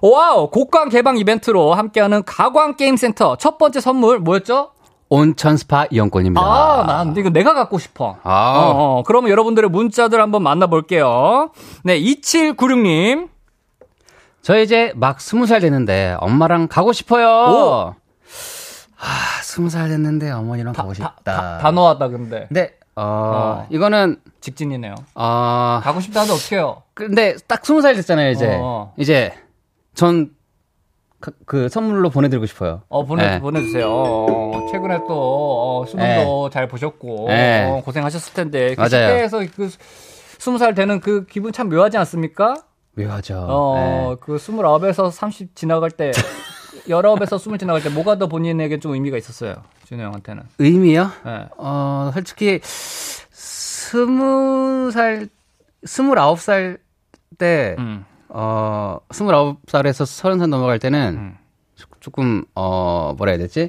와우 곡광 개방 이벤트로 함께하는 가광 게임 센터 첫 번째 선물 뭐였죠?
온천 스파 이용권입니다.
아, 난 이거 내가 갖고 싶어.
아.
어, 어. 그러면 여러분들의 문자들 한번 만나볼게요. 네, 2796님.
저 이제 막 스무 살 됐는데 엄마랑 가고 싶어요.
오.
아, 스무 살 됐는데 어머니랑 가고 싶다.
다, 단호하다, 근데.
근데 어, 이거는
직진이네요.
어,
가고 싶다 하는데 어떡해요?
근데 딱 스무 살 됐잖아요, 이제.
어.
이제 전 그 선물로 보내 드리고 싶어요.
어, 보내,
네.
보내주세요. 어, 최근에 또, 어, 수능도 잘 보셨고,
네.
어, 고생하셨을 텐데. 그
맞아요.
10대에서 그 스무 살 되는 그 기분 참 묘하지 않습니까?
묘하죠.
어,
네.
그 29에서 30 지나갈
(laughs)
때, 19에서 20 지나갈 때, 뭐가 더 본인에게 좀 의미가 있었어요? 준호 형한테는.
의미요?
네.
어, 솔직히 스무 살 스물아홉 살때
음.
어, 29살에서 30살 넘어갈 때는
음.
조- 조금, 어, 뭐라 해야 되지?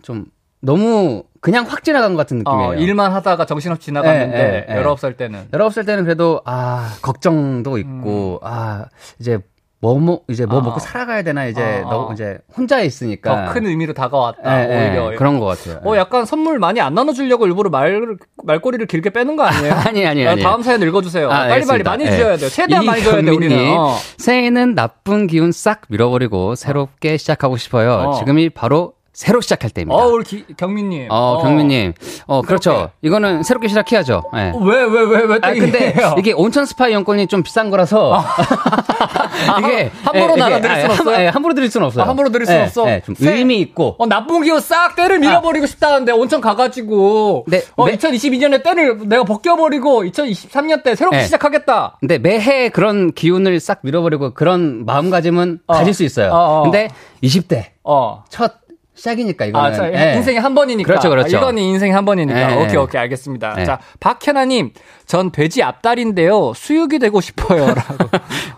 좀 너무 그냥 확 지나간 것 같은 느낌이에요.
어, 일만 하다가 정신없이 지나갔는데,
예, 예, 예.
19살 때는.
19살 때는 그래도, 아, 걱정도 있고, 아, 이제 뭐, 뭐, 이제 뭐
음. 아.
먹고 살아가야 되나, 이제,
아,
너,
아.
이제 혼자 있으니까.
더 큰 의미로 다가왔다,
그러니까 예,
오히려.
예, 그런 것 같아요.
어, 약간 선물 많이 안 나눠주려고 일부러 말, 말꼬리를 길게 빼는 거 아니에요?
예. (laughs) 아니, 아니,
야,
아니. 예.
다음 사연 읽어주세요. 빨리빨리 많이 줘야 돼요. 최대한 많이 줘야 돼요, 우리는.
님
어.
새해는 나쁜 기운 싹 밀어버리고 새롭게 시작하고 싶어요.
어.
지금이 바로 새로 시작할 때입니다.
어, 우리 기- 경민님.
어, 경민님. 어, 그렇죠. 이거는 새롭게 시작해야죠. 예.
어, 왜, 왜, 왜, 왜, 또
아, 근데
이래요?
이게 온천 스파 이용권이 좀 비싼 거라서. (laughs) 이게.
아, 함- 함부로
예, 이게,
나눠드릴
아,
순
함-
없어요?
예, 함부로 드릴 순 없어요.
아, 함부로 드릴 순
예,
없어.
예, 좀
세-
의미 있고.
어, 나쁜 기운 싹 때를 밀어버리고 싶다는데, 온천 가가지고.
네,
어,
네.
2022년에 때를 내가 벗겨버리고, 2023년 때 새롭게
네.
시작하겠다.
근데 매해 그런 기운을 싹 밀어버리고 그런 마음가짐은
어.
가질 수 있어요.
어, 어.
근데 20대
어.
첫 시작이니까 이거는.
아, 자,
예.
인생이 한 번이니까.
그렇죠, 그렇죠.
아, 이건 인생이 한 번이니까.
예.
오케이, 오케이, 알겠습니다.
예.
자, 박혜나님, 전 돼지 앞다리인데요. 수육이 되고 싶어요.
(laughs)
라고.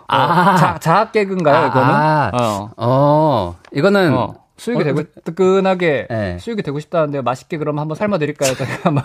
아, 자, 자학 개그인가요,
아,
이거는?
아.
어.
어, 이거는.
어, 수육이
어,
되고 뜨끈하게
예.
수육이 되고 싶다는데 맛있게 그럼 (laughs) 한번 삶아 드릴까요? 잠깐만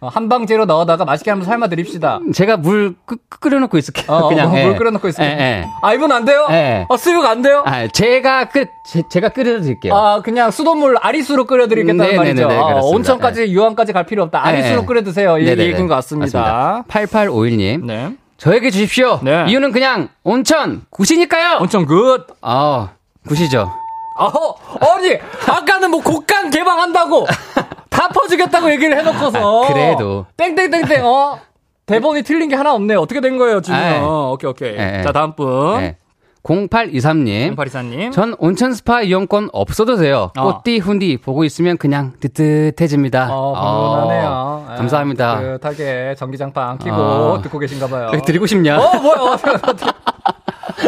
어, 한방제로 넣어다가 맛있게 한번 삶아 드립시다.
제가 물 끓, 끓여놓고 있을게요.
어,
그냥.
어,
예.
물 끓여놓고 있어요.
예, 예.
아 이분 안 돼요?
예.
아 수육 안 돼요?
(laughs) 아, 제가 끓, 제, 제가 끓여드릴게요.
아, 그냥 수돗물 아리수로 끓여드리겠다는
예. 네네네네,
말이죠. 아,
그렇습니다.
온천까지 유황까지 갈 필요 없다. 아리수로
네.
끓여드세요. 예, 이
네네네.
얘기인 것 같습니다.
맞습니다. 8851님.
네.
저에게 주십시오.
네.
이유는 그냥 온천 굿이니까요.
온천 굿.
아, 굿이죠.
어허, 아니, 아까는 뭐 곡간
(laughs)
개방한다고 다 퍼주겠다고 얘기를 해놓고서.
아, 그래도.
땡땡땡땡, 어? 대본이 틀린 게 하나 없네. 어떻게 된 거예요, 지금?
아, 예.
어, 오케이, 오케이.
예, 예.
자, 다음 분.
네.
어?
0823님.
공파리사님.
전 온천 스파 이용권 없어도 돼요.
어.
꽃띠 훈디 보고 있으면 그냥 뜨뜻해집니다.
어, 방문하네요. 예.
어, 감사합니다.
따뜻하게 전기장판 끼고
아.
듣고 계신가 봐요.
그렇게 (laughs) 드리고 싶냐?
어, 뭐야, 어, (laughs)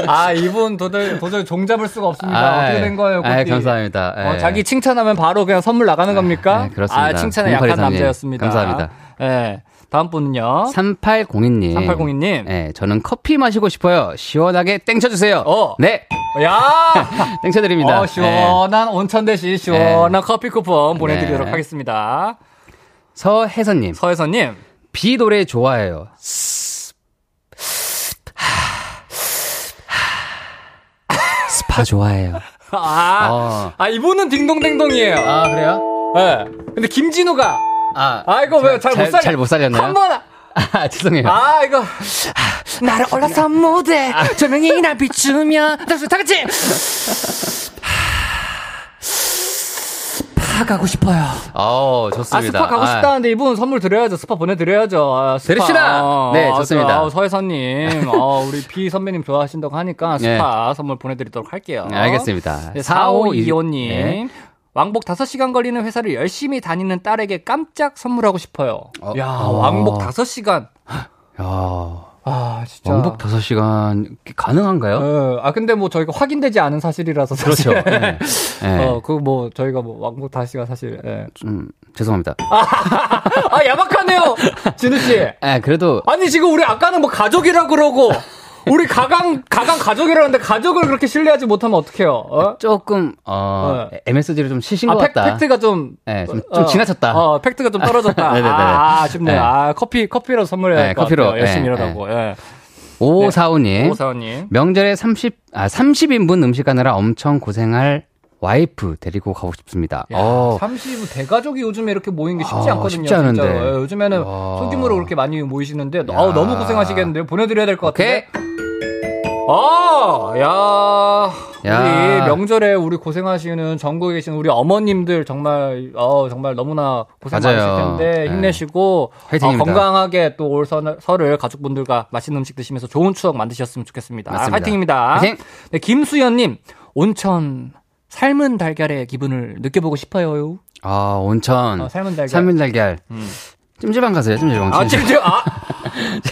아, 이분 도저히, 도저히 종잡을 수가 없습니다.
아,
어떻게
예.
된 거예요,
아,
꽃띠?
감사합니다.
어,
예.
자기 칭찬하면 바로 그냥 선물 나가는 겁니까?
예, 그렇습니다.
아, 칭찬에 약한
0823 님,
남자였습니다.
감사합니다.
예. 다음 분은요.
3802님.
3802 님.
네, 저는 커피 마시고 싶어요. 시원하게 땡쳐주세요.
어.
네, (laughs)
야!
땡쳐드립니다.
어, 시원한 온천 대신 시원한 커피 쿠폰 보내드리도록
예. 네.
하겠습니다.
네. 서혜선님.
서혜선님.
비 노래 좋아해요. 스파 좋아해요.
아,
어.
아 이분은 딩동댕동이에요. 예.
아 그래요?
근데 김진우가
아,
아 이거 왜 잘 못 살려?
잘못 살렸나요?
한번
(laughs) 아, 아. 죄송해요.
아 이거
나를 올라서 무대 조명이 날 비추며 다시 다 같이 파 가고 싶어요.
어,
아
좋습니다.
스파 가고 싶다는데 이분 선물 드려야죠. 스파 보내드려야죠. 아, 스파.
데리시라!
어,
네,
아,
좋습니다.
아,
(laughs)
서혜선님, 어, 우리 비 선배님 좋아하신다고 하니까 스파 선물 보내드리도록 할게요.
네, 알겠습니다.
4525님.
네.
왕복 5시간 걸리는 회사를 열심히 다니는 딸에게 깜짝 선물하고 싶어요.
어,
야,
어.
왕복 5시간.
야,
아, 진짜.
왕복 5시간 가능한가요?
예, 아, 근데 뭐 저희가 확인되지 않은 사실이라서 사실.
(laughs) 그렇죠.
(laughs)
네. 네.
어, 그 뭐 저희가 뭐 왕복 5시간 사실. 예.
좀 죄송합니다.
아, 야박하네요. 진우 씨.
아, 그래도
아니 지금 우리 아까는 뭐 가족이라 그러고 우리 가강 가강 가족이라 는데 가족을 그렇게 신뢰하지 못하면 어떡해요? 어?
조금 어,
네.
MSG를 좀 치신
아,
것
팩,
같다.
팩트가 좀,
네, 좀-
어,
좀 지나쳤다.
어, 팩트가 좀 떨어졌다.
네네네.
아, 아쉽네.
네.
아, 커피 커피로 선물해야
네,
할 것
커피로. 예?
같아요. 열심히
네,
일하라고. 예.
오사오님
오사원님.
명절에 30, 아, 30인분 음식 하느라 엄청 고생할 와이프 데리고 가고 싶습니다. 어,
30 뭐 대가족이 요즘에 이렇게 모이는 게 쉽지
아,
않거든요.
쉽지 않은데.
진짜로. 예, 요즘에는
와.
소규모로 그렇게 많이 모이시는데 아우, 너무 고생하시겠는데요. 보내드려야 될 것
오케이.
같은데. 아, 야,
야.
우리 명절에 우리 고생하시는 전국에 계신 우리 어머님들 정말 어 정말 너무나 고생
맞아요.
많으실 텐데
네.
힘내시고 어,
화이팅입니다.
건강하게 또 올 설을 가족분들과 맛있는 음식 드시면서 좋은 추억 만드셨으면 좋겠습니다.
맞습니다.
아, 화이팅입니다.
화이팅!
네, 김수연님 온천 삶은 달걀의 기분을 느껴보고 싶어요.
아, 온천.
어, 삶은 달걀. 음.
삶은 달걀. 찜질방 가세요, 찜질방.
아
찜질-
찜질 아,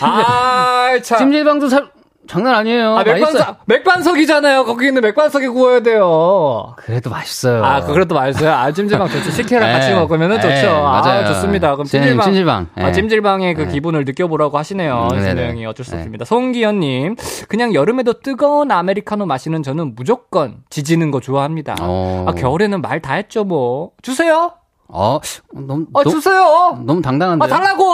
아 참.
찜질방도 살, 장난 아니에요.
아,
맛있어요.
맥반석, 맥반석이잖아요. 거기 있는 맥반석에 구워야 돼요.
그래도 맛있어요.
아, 그래도 말이죠. 아, 찜질방 좋죠. 식혜랑 같이
네.
먹으면 은
네,
좋죠.
맞아요.
아, 좋습니다. 그럼
찜-
찜질방.
찜질방.
아,
네.
찜질방의 그 기분을 느껴보라고 하시네요.
음, 네네.
진우 형이 어쩔 수
네.
없습니다. 송기현님, 그냥 여름에도 뜨거운 아메리카노 마시는 저는 무조건 지지는 거 좋아합니다.
오.
아, 겨울에는 말 다 했죠, 뭐. 주세요!
어, 너무,
어,
너무,
주세요!
너무 당당한데.
아, 달라고!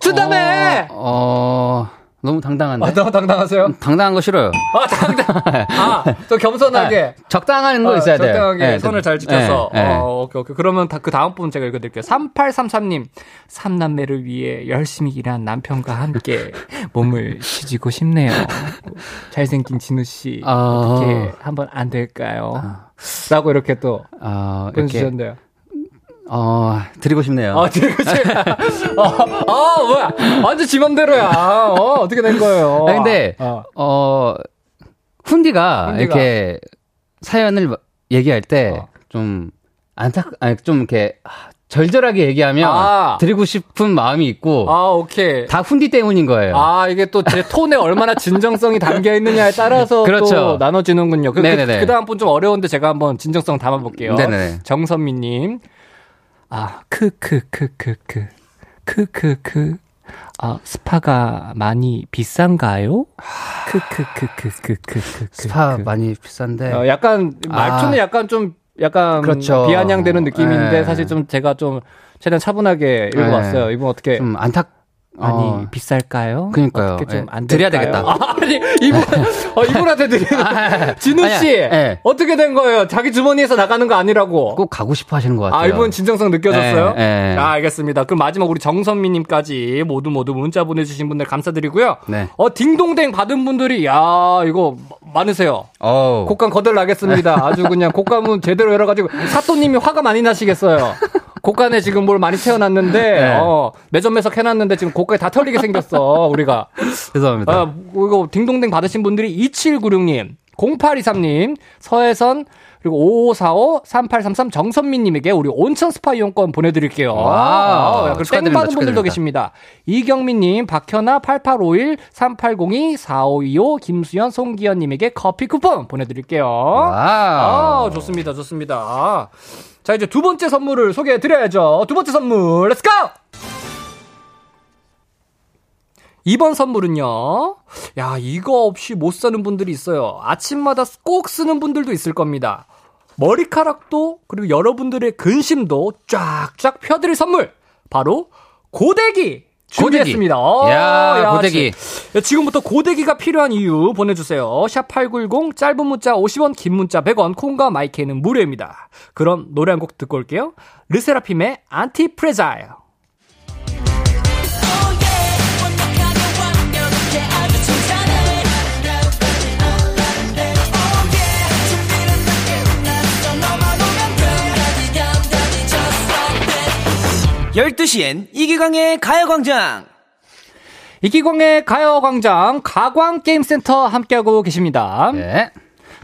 준다며!
어, 어, 너무 당당한데.
아, 너무 당당하세요?
당당한 거 싫어요. 네.
아, 당당.
(laughs)
아, 저 겸손하게.
적당한 거
아,
있어야 돼요.
적당하게
네,
선을
네.
잘 지켜서.
네, 네.
어, 오케이, 오케이. 그러면 다, 그 다음 분 제가 읽어드릴게요. 3833님. 삼남매를 위해 열심히 일한 남편과
(laughs)
함께 몸을 쉬지고 싶네요. 잘생긴 진우씨.
아.
어떻게 한번 안 될까요? 라고 이렇게 또
어, 이렇게,
보내주셨는데요.
어, 드리고 싶네요.
아, (laughs) 지금, 지금. 어, 어, 뭐야. 완전 지맘대로야. 어, 어떻게 된 거예요.
아니, 근데,
어.
어, 훈디가,
훈디가. 어.
이렇게 사연을 마- 얘기할 때, 좀, 안타, 아니, 좀 이렇게, 아, 절절하게 얘기하면,
아.
드리고 싶은 마음이 있고,
아, 오케이.
다 훈디 때문인 거예요.
아, 이게 또 제 톤에 얼마나 진정성이 담겨 있느냐에 따라서 또
그렇죠.
나눠지는군요. 그, 그,
네네네.
그 다음 분 좀 어려운데 제가 한번 진정성 담아볼게요.
네네네.
정선미님. 아, 크크크크크. 크크크. 아, 스파가 많이 비싼가요? 크크크크크크크.
스파
그.
많이 비싼데.
어, 약간 말투는
아.
약간 좀 약간
그렇죠.
비아냥되는 느낌인데
네.
사실 좀 제가 좀 최대한 차분하게
네.
읽어봤어요. 이분 어떻게
좀 안타,
많이
어,
비쌀까요?
그니까요.
어떻게 좀
예,
안
드려야
될까요? (laughs)
되겠다. 예.
아, 아니 이분 어, 이분한테 드리는 진우
아니야,
씨
예.
어떻게 된 거예요? 자기 주머니에서 나가는 거 아니라고.
꼭 가고 싶어 하시는 것 같아요.
아, 이분 진정성 느껴졌어요?
예, 예.
아, 알겠습니다. 그럼 마지막 우리 정선미님까지 모두 모두 문자 보내주신 분들 감사드리고요.
네.
어, 딩동댕 받은 분들이, 야 이거 많으세요.
어우.
곡감 거들나겠습니다. 아주 그냥 곡감은 제대로 열어가지고 사또님이 화가 많이 나시겠어요. 곡간에 지금 뭘 많이 채워놨는데 어, 매점에서 해놨는데 지금 곡간이 다 털리게 생겼어 우리가.
죄송합니다.
아, 이거 딩동댕 받으신 분들이 2796님, 0823님, 서혜선 그리고 5545, 3833 정선미님에게 우리 온천 스파 이용권 보내드릴게요.
와우,
아, 그리고 땡
축하드립니다,
받은 분들도
축하드립니다.
계십니다. 이경민님, 박현아, 8851, 3802, 4525, 김수현, 송기현님에게 커피 쿠폰 보내드릴게요.
와우.
아, 좋습니다, 좋습니다. 자, 이제 두 번째 선물을 소개해 드려야죠. 두 번째 선물, 렛츠고! 이번 선물은요. 야, 이거 없이 못 사는 분들이 있어요. 아침마다 꼭 쓰는 분들도 있을 겁니다. 머리카락도 그리고 여러분들의 근심도 쫙쫙 펴드릴 선물. 바로 고데기 준비했습니다. 어,
야, 고데기.
지- 야, 지금부터 고데기가 필요한 이유 보내주세요. 샵8910 짧은 문자 50원 긴 문자 100원 콩과 마이케는 무료입니다. 그럼 노래 한 곡 듣고 올게요. 르세라핌의 안티프레자일. 이기광의 가요광장 가광게임센터 함께하고 계십니다.
네.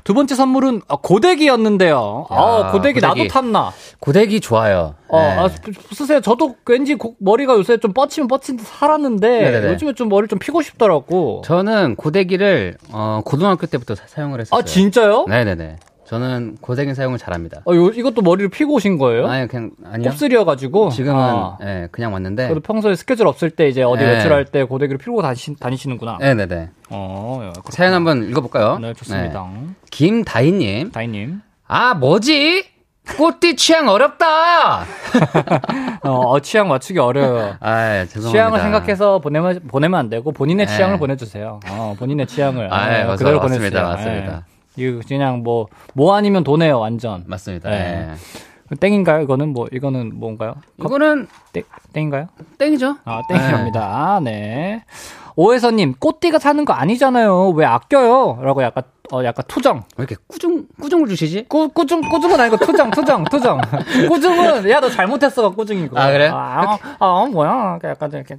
두 번째 선물은 어, 고데기였는데요. 아, 고데기,
고데기.
나도 탔나?
고데기 좋아요.
어,
네.
아, 쓰- 쓰세요. 저도 왠지 고- 머리가 요새 좀 뻗치면 뻗친 듯 살았는데
네네네.
요즘에 좀 머리 좀 피고 싶더라고.
저는 고데기를 어, 고등학교 때부터 사- 사용을 했어요.
아 진짜요?
네네네. 저는 고데기 사용을 잘합니다.
어, 요, 이것도 머리를 피고 오신 거예요?
아니 그냥 아니요.
곱슬이어가지고
지금은
아.
예, 그냥 왔는데.
그래도 평소에 스케줄 없을 때 이제 어디
네.
외출할 때 고데기를 피고 다시, 다니시는구나.
네네네.
어, 예, 그렇구나.
사연 한번 읽어볼까요?
네, 좋습니다.
네. 김다희님.
다희님.
아 뭐지? 꽃띠 취향 어렵다.
어, 어, 취향 맞추기 어려워요.
아 (laughs) 죄송합니다.
취향을 생각해서 보내면, 보내면 안 되고 본인의
네.
취향을 보내주세요. 어, 본인의 취향을
(laughs) 아, 예,
어,
맞아요.
그대로 보내주세요.
맞습니다. 맞습니다.
예. 이거 그냥 뭐, 뭐 아니면 도네요, 완전.
맞습니다.
네.
예.
땡인가요? 이거는 뭐, 이거는 뭔가요?
이거는
땡, 땡인가요?
땡이죠.
아, 땡입니다. 아, 네. 오해서님, 꽃띠가 사는 거 아니잖아요. 왜 아껴요? 라고 약간, 어, 약간 투정.
왜 이렇게 꾸중 꾸중을 주시지?
꼬, 꼬중, 꼬중은 아니고 투정, 투정, 투정. (laughs) 꼬중은, 야, 너 잘못했어가 꼬중이고.
아, 그래요?
아, 아, 아, 뭐야. 약간, 좀 이렇게,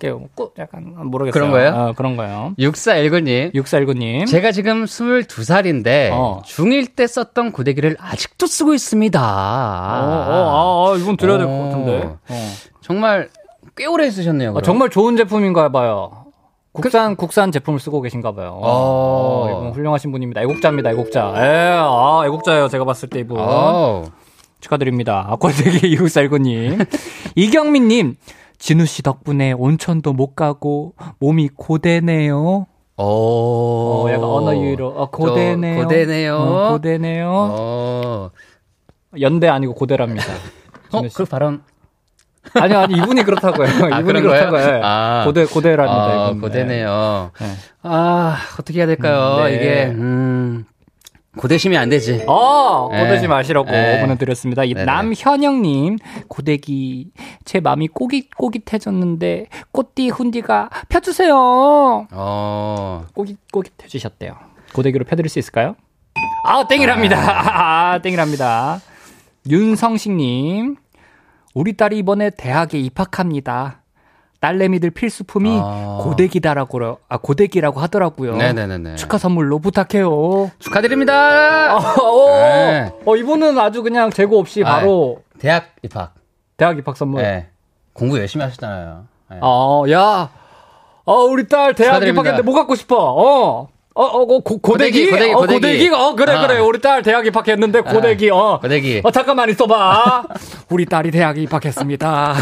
이렇게, 꼬, 약간, 모르겠어요.
그런 거예요?
어, 그런 거예요.
6419님.
6419님.
제가 지금 22살인데
어.
중1 때 썼던 고데기를 아직도 쓰고 있습니다.
어, 어, 아, 아, 이건 드려야 될 것 같은데. 어.
정말 꽤 오래 쓰셨네요.
아,
그럼.
정말 좋은 제품인가 봐요.
그-
국산 국산 제품을 쓰고 계신가 봐요.
어.
어, 이분 훌륭하신 분입니다. 애국자입니다. 애국자. 에, 아, 애국자예요. 제가 봤을 때 이분.
어우.
축하드립니다. 아꼬대기 (laughs)
(laughs)
이웃살구님. 이경민님, 진우씨 덕분에 온천도 못 가고 몸이 고되네요.
어.
어, 약간 언어 유희로. 어,
저
고되네요.
고되네요.
어, 고되네요.
어.
연대 아니고 고대랍니다.
어,
진우 씨.
그 발언.
아니, 아니, 이분이 그렇다고요.
아,
이분이
그런 거예요?
그렇다고요. 예.
아.
고대, 고대랍니다.
아,
이분.
고되네요.
네.
아, 어떻게 해야 될까요?
음, 네.
이게, 음, 고되시면 안 되지.
어,
예.
고대지 마시라고
예.
보내드렸습니다. 이
네네.
남현영님, 고데기, 제 마음이 꼬깃꼬깃해졌는데, 꽃띠 훈디가 펴주세요.
어,
꼬깃꼬깃 해주셨대요. 고데기로 펴드릴 수 있을까요? 아, 땡이랍니다. (laughs) 아, 땡이랍니다. 윤성식님, 우리 딸이 이번에 대학에 입학합니다. 딸내미들 필수품이
아.
고데기다라고, 아, 고데기라고 하더라고요.
네네네네.
축하 선물로 부탁해요.
축하드립니다!
오,
아,
아,
네.
어, 이분은 아주 그냥 재고 없이
아,
바로
대학 입학.
대학 입학 선물.
네. 공부 열심히 하셨잖아요. 네.
어, 야. 어, 우리 딸 대학
축하드립니다.
입학했는데 뭐 갖고 싶어? 어. 어, 어, 고, 고, 고데기?
고데기, 고데기,
어,
고데기.
고데기? 어, 그래,
아.
그래. 우리 딸 대학 입학했는데 고데기, 어.
고데기.
어, 잠깐만
(laughs)
있어봐. 우리 딸이 대학 입학했습니다.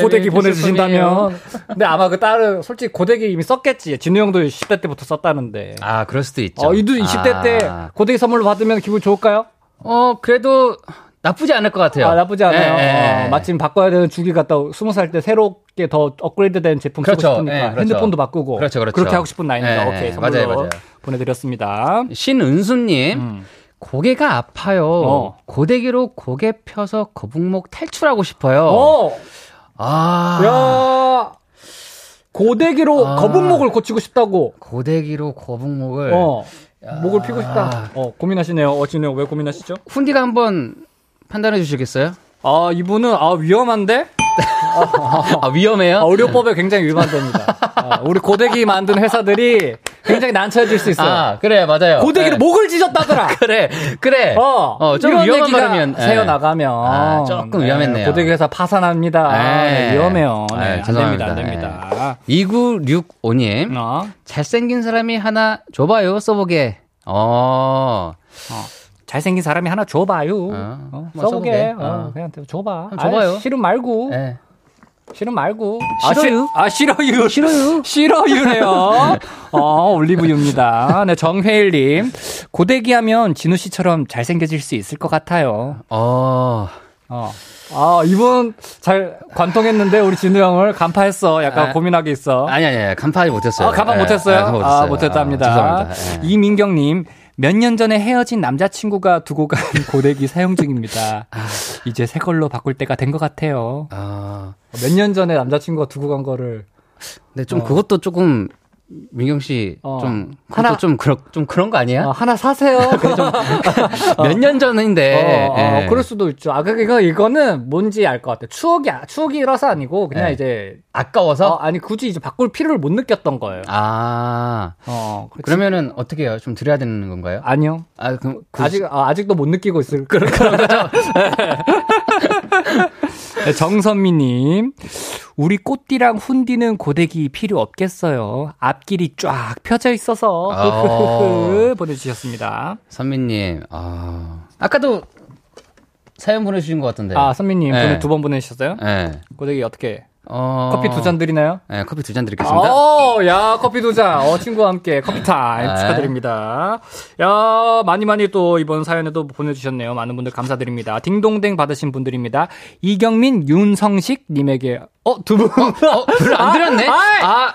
고데기 보내주신다면. 근데 아마 그 딸은 솔직히 고데기 이미 썼겠지. 진우 형도 10대 때부터 썼다는데.
아, 그럴 수도 있죠.
어, 이도 20대
아.
때 고데기 선물로 받으면 기분 좋을까요?
어, 그래도 나쁘지 않을 것 같아요.
아, 나쁘지 않아요.
예, 예,
어,
예.
마침 바꿔야 되는 주기 같다. 스무 살 때 새롭게 더 업그레이드된 제품
그렇죠.
쓰고 싶으니까
예, 그렇죠.
핸드폰도 바꾸고
그렇죠, 그렇죠.
게 하고 싶은 나이입니다.
예,
오케이
예,
선물로
맞아요, 맞아요.
보내드렸습니다.
신은수님, 고개가 아파요.
음. 어.
고데기로 고개 펴서 거북목 탈출하고 싶어요.
어,
아.
야 고데기로
아.
거북목을 고치고 싶다고.
고데기로 거북목을.
어, 목을 피고 싶다. 어, 고민하시네요. 어, 진우 형왜 고민하시죠?
훈디가 한번 판단해 주시겠어요? (laughs)
아, 이분은 아 위험한데
아, 위험해요?
아, 의료법에 굉장히 위반됩니다. 아, 우리 고데기 만든 회사들이 굉장히 난처해질 수 있어요.
아, 그래, 맞아요.
고데기로
네.
목을 찢었다더라.
(laughs) 그래, 그래.
어,
네. 좀
이런
위험한
얘기가
발음이면. 예.
새어나가면.
아, 조금
네,
위험했네요.
고데기 회사 파산합니다.
네.
네, 위험해요.
네,
네, 안
죄송합니다.
됩니다, 안 됩니다.
2965님.
어,
잘생긴 사람이 하나 줘봐요, 써보게. 어.
잘생긴 사람이 하나 줘봐요.
어,
어,
뭐 써보게.
써보게. 어,
어.
그냥 줘봐.
그럼 줘봐요.
아이, 싫음 말고.
예.
싫음 말고.
싫어요?
아, 시, 아 싫어요. (laughs) 싫어요. 싫어요네요. 어, 올리브유입니다. 네, 정회일님. 고데기 하면 진우 씨처럼 잘생겨질 수 있을 것 같아요.
어.
어. 아, 이분 잘 관통했는데 우리 진우 형을 간파했어. 약간
아.
고민하게 있어.
아니, 아니, 아니, 간파하지 못했어요.
아, 간파
예, 예,
못했어요?
간파
아,
못했어요.
못했답니다.
아, 죄송합니다. 예.
이민경님, 몇 년 전에 헤어진 남자친구가 두고 간 (laughs) 고데기 사용 중입니다. 이제 새 걸로 바꿀 때가 된 것 같아요.
아,
몇 년 전에 남자친구가 두고 간 거를.
근데 좀 그것도 조금, 민경 씨,
어.
좀, 그것도
하나-
좀, 그런, 좀 그런 거 아니야?
아, 하나 사세요. 그게 좀
(laughs) 몇 년 전인데.
어, 어,
예.
그럴 수도 있죠. 아, 그, 이거, 이거는 뭔지 알 것 같아요. 추억이, 아- 추억이라서 아니고, 그냥
네.
이제,
아까워서?
어, 아니, 굳이 이제 바꿀 필요를 못 느꼈던 거예요.
아.
어, 그렇지.
그러면은 어떻게 해요? 좀 드려야 되는 건가요?
아니요.
아, 그럼 그-
아직, 아, 직도못 느끼고 있을 그런, (laughs) 그런 거죠. 네, 정선미님, 우리 꽃띠랑 훈디는 고데기 필요 없겠어요. 앞길이 쫙 펴져 있어서
어.
보내주셨습니다.
선미님, 아. 아까도 사연 보내주신 것 같던데.
아 선미님
네.
오늘 두 번 보내주셨어요?
예.
고데기 어떻게?
어.
커피 두 잔 드리나요?
예, 커피 두 잔 드리겠습니다.
어, 야, 커피 두 잔. 어, 친구와 함께 커피 타임
네.
축하드립니다. 야, 많이 많이 또 이번 사연에도 보내주셨네요. 많은 분들 감사드립니다. 딩동댕 받으신 분들입니다. 이경민, 윤성식님에게, 어, 두 분.
별로 안 드렸네?
아, 아이,
아,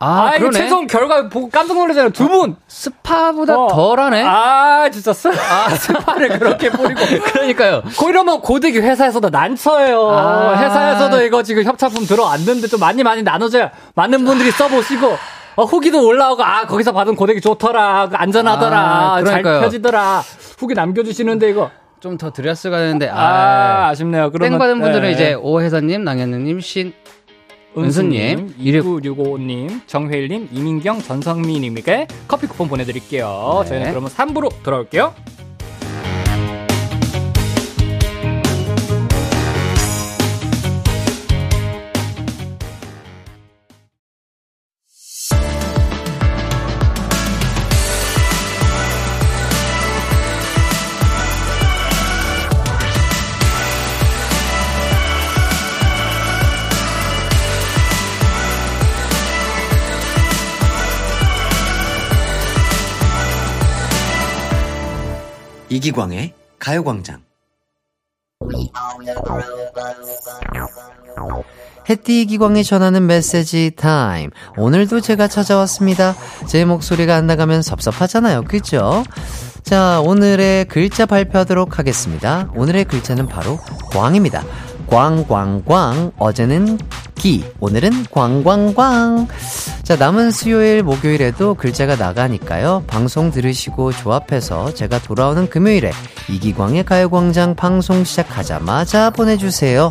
아,
아,
이거
그러네.
최종 결과 보고 깜짝 놀랐잖아요. 두 분.
스파보다
어.
덜하네?
아, 진짜 스,
(laughs)
아, 스파를 그렇게 (laughs) 뿌리고.
그러니까요.
고 이러면 고데기 회사에서도 난처해요.
아.
회사에서도 이거 지금 협찬품 들어왔는데 좀 많이 많이 나눠줘야 많은 분들이 써보시고 어, 후기도 올라오고 아 거기서 받은 고데기 좋더라 그 안전하더라
아,
잘
그러니까요.
펴지더라 후기 남겨주시는데 이거
좀 더 드렸어야 되는데,
아,
아.
아, 쉽네요 그러면
땡 받은 분들은
예.
이제 오혜선님, 낭현우님, 신, 은수님,
2965님, 정회일님, 이민경, 전성미님에게 커피 쿠폰 보내드릴게요.
네.
저희는 그러면 3부로 돌아올게요.
이기광의 가요광장.
해띠 기광이 전하는 메시지 타임. 오늘도 제가 찾아왔습니다. 제 목소리가 안 나가면 섭섭하잖아요. 그죠? 자, 오늘의 글자 발표하도록 하겠습니다. 오늘의 글자는 바로 광입니다. 광광광. 어제는 기. 오늘은 광광광. 자, 남은 수요일, 목요일에도 글자가 나가니까요. 방송 들으시고 조합해서 제가 돌아오는 금요일에 이기광의 가요광장 방송 시작하자마자 보내주세요.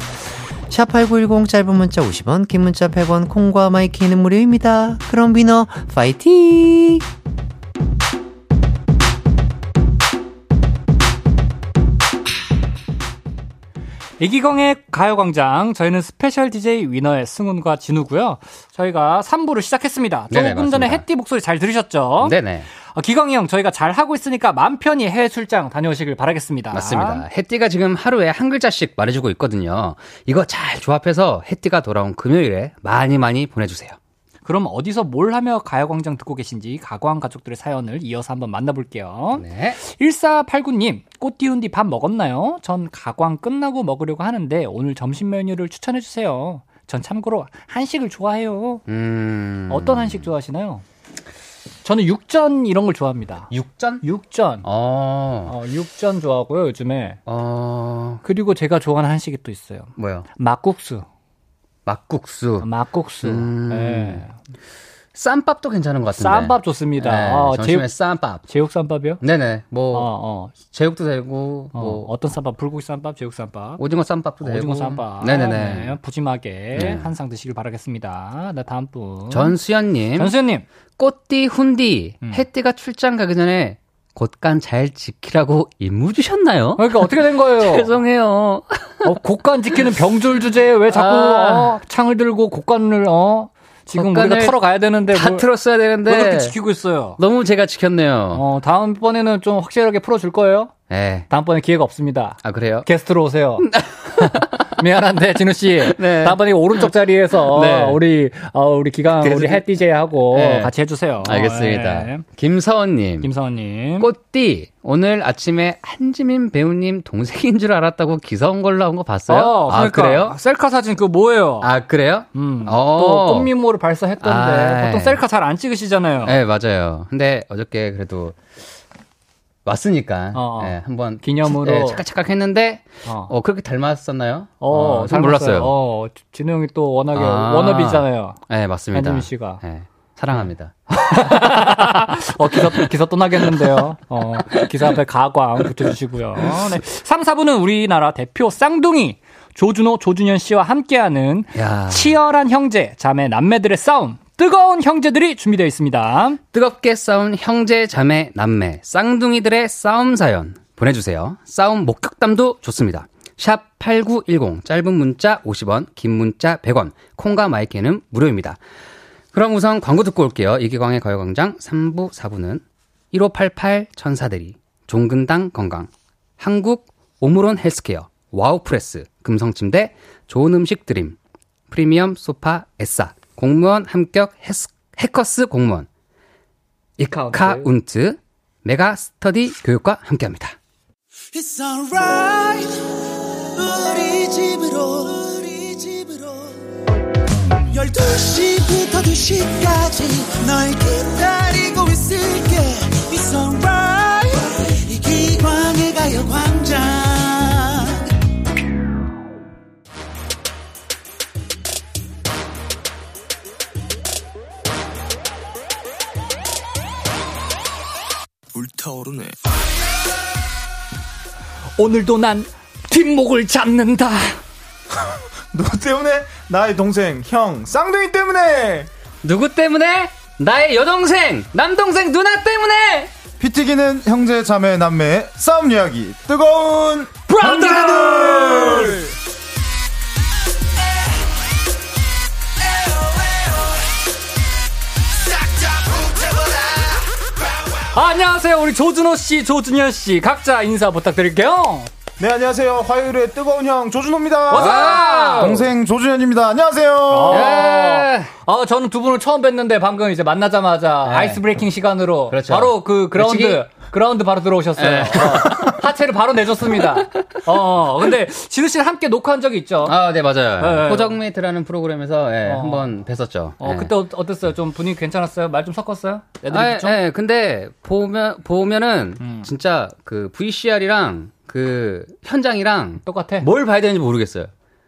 샵8910 짧은 문자 50원, 긴 문자 100원, 콩과 마이키는 무료입니다. 그럼 비너, 파이팅!
이기광의 가요광장 저희는 스페셜 DJ 위너의 승훈과 진우고요. 저희가 3부를 시작했습니다. 조금
네네,
전에
맞습니다.
해띠 목소리 잘 들으셨죠?
네네.
어, 기광이 형 저희가 잘 하고 있으니까 맘 편히 해외 출장 다녀오시길 바라겠습니다.
맞습니다. 해띠가 지금 하루에 한 글자씩 말해주고 있거든요. 이거 잘 조합해서 해띠가 돌아온 금요일에 많이 많이 보내주세요.
그럼 어디서 뭘 하며 가요광장 듣고 계신지 가광 가족들의 사연을 이어서 한번 만나볼게요.
네.
1489님, 꽃띄운 뒤 밥 먹었나요? 전 가광 끝나고 먹으려고 하는데 오늘 점심 메뉴를 추천해주세요. 전 참고로 한식을 좋아해요.
음.
어떤 한식 좋아하시나요? 저는 육전 이런 걸 좋아합니다.
육전?
육전.
어.
어, 육전 좋아하고요, 요즘에.
어.
그리고 제가 좋아하는 한식이 또 있어요.
뭐요?
막국수.
막국수.
막국수.
음.
예.
쌈밥도 괜찮은 것 같은데.
쌈밥 좋습니다.
네,
어,
점심에
제육,
쌈밥.
제육 쌈밥이요?
네네. 뭐
어, 어.
제육도 되고
어,
뭐
어떤 쌈밥? 불고기 쌈밥, 제육 쌈밥.
오징어 쌈밥도 되고.
오징어 쌈밥.
네네네.
네, 부짐하게 한 상 드시길 바라겠습니다. 네, 다음 분.
전수연님.
전수현님. 음.
꽃띠 훈디 해띠가 출장 가기 전에 곳간 잘 지키라고 임무 주셨나요?
그러니까 어떻게 된
(laughs)
거예요?
죄송해요.
어, 곡간 지키는 병졸 주제에 왜 자꾸
아.
어, 창을 들고 곡간을 어 지금
곡간을
우리가 털어 가야 되는데
다
뭘-
틀었어야 네. 되는데
왜 네, 뭐 그렇게 지키고 있어요?
너무 제가 지켰네요.
어 다음번에는 좀 확실하게 풀어줄 거예요.
예.
다음번에 기회가 없습니다.
아 그래요?
게스트로 오세요. (laughs) 미안한데 진우 씨.
네.
다음번에 오른쪽 자리에서
(laughs) 네.
우리 어, 우리 기강 우리
계속-
햇 DJ하고
네.
같이 해주세요.
알겠습니다.
어, 네.
김서원님.
김서원님.
꽃띠 오늘 아침에 한지민 배우님 동생인 줄 알았다고 기사 온 걸로 나온 거 봤어요?
어, 그러니까
아 그래요?
셀카 사진 그거 뭐예요?
아 그래요?
음.
어.
또 꽃미모를 발사했던데
아,
보통
예.
셀카 잘 안 찍으시잖아요.
네 맞아요. 근데 어저께 그래도 왔으니까
어, 어.
예, 한번
기념으로.
예, 착각착각 했는데
어.
어 그렇게 닮았었나요?
어, 닮았어요.
전 몰랐어요.
어, 지- 진우 형이 또 워낙에
아.
워너비잖아요.
네 맞습니다.
한지민 씨가.
예, 사랑합니다.
어, 기사, 기사 또 나겠는데요. 어, 기사 앞에 가광 붙여주시고요. 네. 3, 4부는 우리나라 대표 쌍둥이 조준호, 조준현 씨와 함께하는
야.
치열한 형제, 자매, 남매들의 싸움, 뜨거운 형제들이 준비되어 있습니다.
뜨겁게 싸운 형제, 자매, 남매, 쌍둥이들의 싸움 사연 보내주세요. 싸움 목격담도 좋습니다. 샵 8910, 짧은 문자 50원, 긴 문자 100원, 콩과 마이크는 무료입니다. 그럼 우선 광고 듣고 올게요. 이기광의 가요광장 3부, 4부는 1588 천사대리, 종근당 건강, 한국 오므론 헬스케어, 와우프레스, 금성침대, 좋은 음식 드림, 프리미엄 소파 에싸, 공무원 합격 해스- 해커스 공무원, 이카운트 메가 스터디 교육과 함께합니다.
It's alright 우리 집으로 우리 집으로 12시부터 2시까지 널 기다리고 있을게 It's alright 이기광의 가요광장 불타오르네
오늘도 난 뒷목을 잡는다.
누구 때문에? 나의 동생, 형, 쌍둥이 때문에!
누구 때문에? 나의 여동생, 남동생 누나 때문에!
피튀기는 형제, 자매, 남매의 싸움 이야기. 뜨거운
브라더들! 아, 안녕하세요. 우리 조준호 씨, 조준현 씨. 각자 인사 부탁드릴게요.
네, 안녕하세요. 화요일의 뜨거운 형,
아,
조준호입니다.
와우!
동생, 조준현입니다. 안녕하세요.
예. 어, 저는 두 분을 처음 뵀는데 방금 이제 만나자마자
네.
아이스 브레이킹 시간으로
그렇죠.
바로 그 그라운드
그치기?
그라운드 바로 들어오셨어요.
네.
어, 하체를 바로 내줬습니다. 어, 근데 진우 씨랑 함께 녹화한 적이 있죠.
아, 네, 맞아요.
네.
호적메이트라는 프로그램에서 예,
어.
한번 뵀었죠.
어,
예.
그때 어- 어땠어요? 좀 분위기 괜찮았어요? 말 좀 섞었어요? 애들이
아,
좋죠?
예, 예, 근데 보면, 보면은 진짜 그 VCR이랑 그 현장이랑
똑같아.
뭘 봐야 되는지 모르겠어요.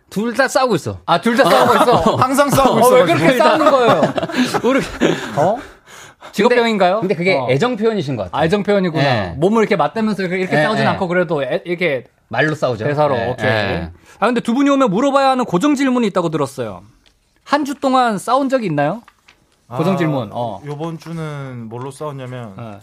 둘 다 싸우고 있어.
아, 둘 다 싸우고 있어.
항상 싸우고
어, 왜
있어가지고.
그렇게 싸우는
(laughs)
거예요?
모르...
어? 직업병인가요?
근데 그게
어.
애정 표현이신 것 같아요.
알정 표현이구나.
예.
몸을 이렇게 맞대면서 이렇게
예,
싸우진
예.
않고 그래도 애- 이렇게
말로 싸우죠.
대사로
예,
오케이.
예.
아 근데 두 분이 오면 물어봐야 하는 고정 질문이 있다고 들었어요. 한 주 동안 싸운 적이 있나요? 고정 질문. 어.
아, 요번 주는 뭘로 싸웠냐면,
어.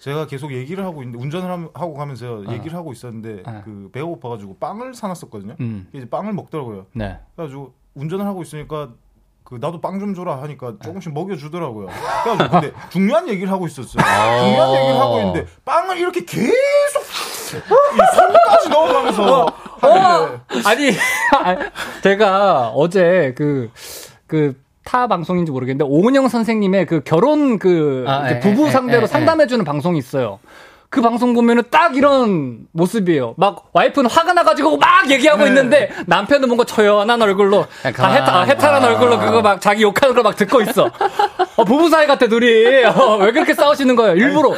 제가 계속 얘기를 하고 있는데 운전을 함- 하고 가면서 얘기를 하고 있었는데
어.
그 배고파가지고 빵을 사놨었거든요.
음.
이제 빵을 먹더라고요.
네.
그래가지고 운전을 하고 있으니까 그 나도 빵 좀 줘라 하니까 조금씩 먹여주더라고요. 그래가지고 (laughs) 근데 중요한 얘기를 하고 있었어요. 중요한 얘기를 하고 있는데 빵을 이렇게 계속 이 손까지 넣어가면서 하는데
아니 (laughs) 제가 어제 그 그 타 방송인지 모르겠는데 오은영 선생님의 그 결혼 그
아,
이제
예,
부부
예,
상대로
예, 예.
상담해주는 방송이 있어요. 그 방송 보면은 딱 이런 모습이에요. 막 와이프는 화가 나가지고 막 얘기하고 있는데 남편은 뭔가 처연한 얼굴로
네. 아, 그냥
다 해탈,
가만히
해탈한
봐.
얼굴로 그거 막 자기 욕하는 걸 막 듣고 있어. 어, 부부 사이 같아 둘이. 어, 왜 그렇게 싸우시는 거예요? 일부러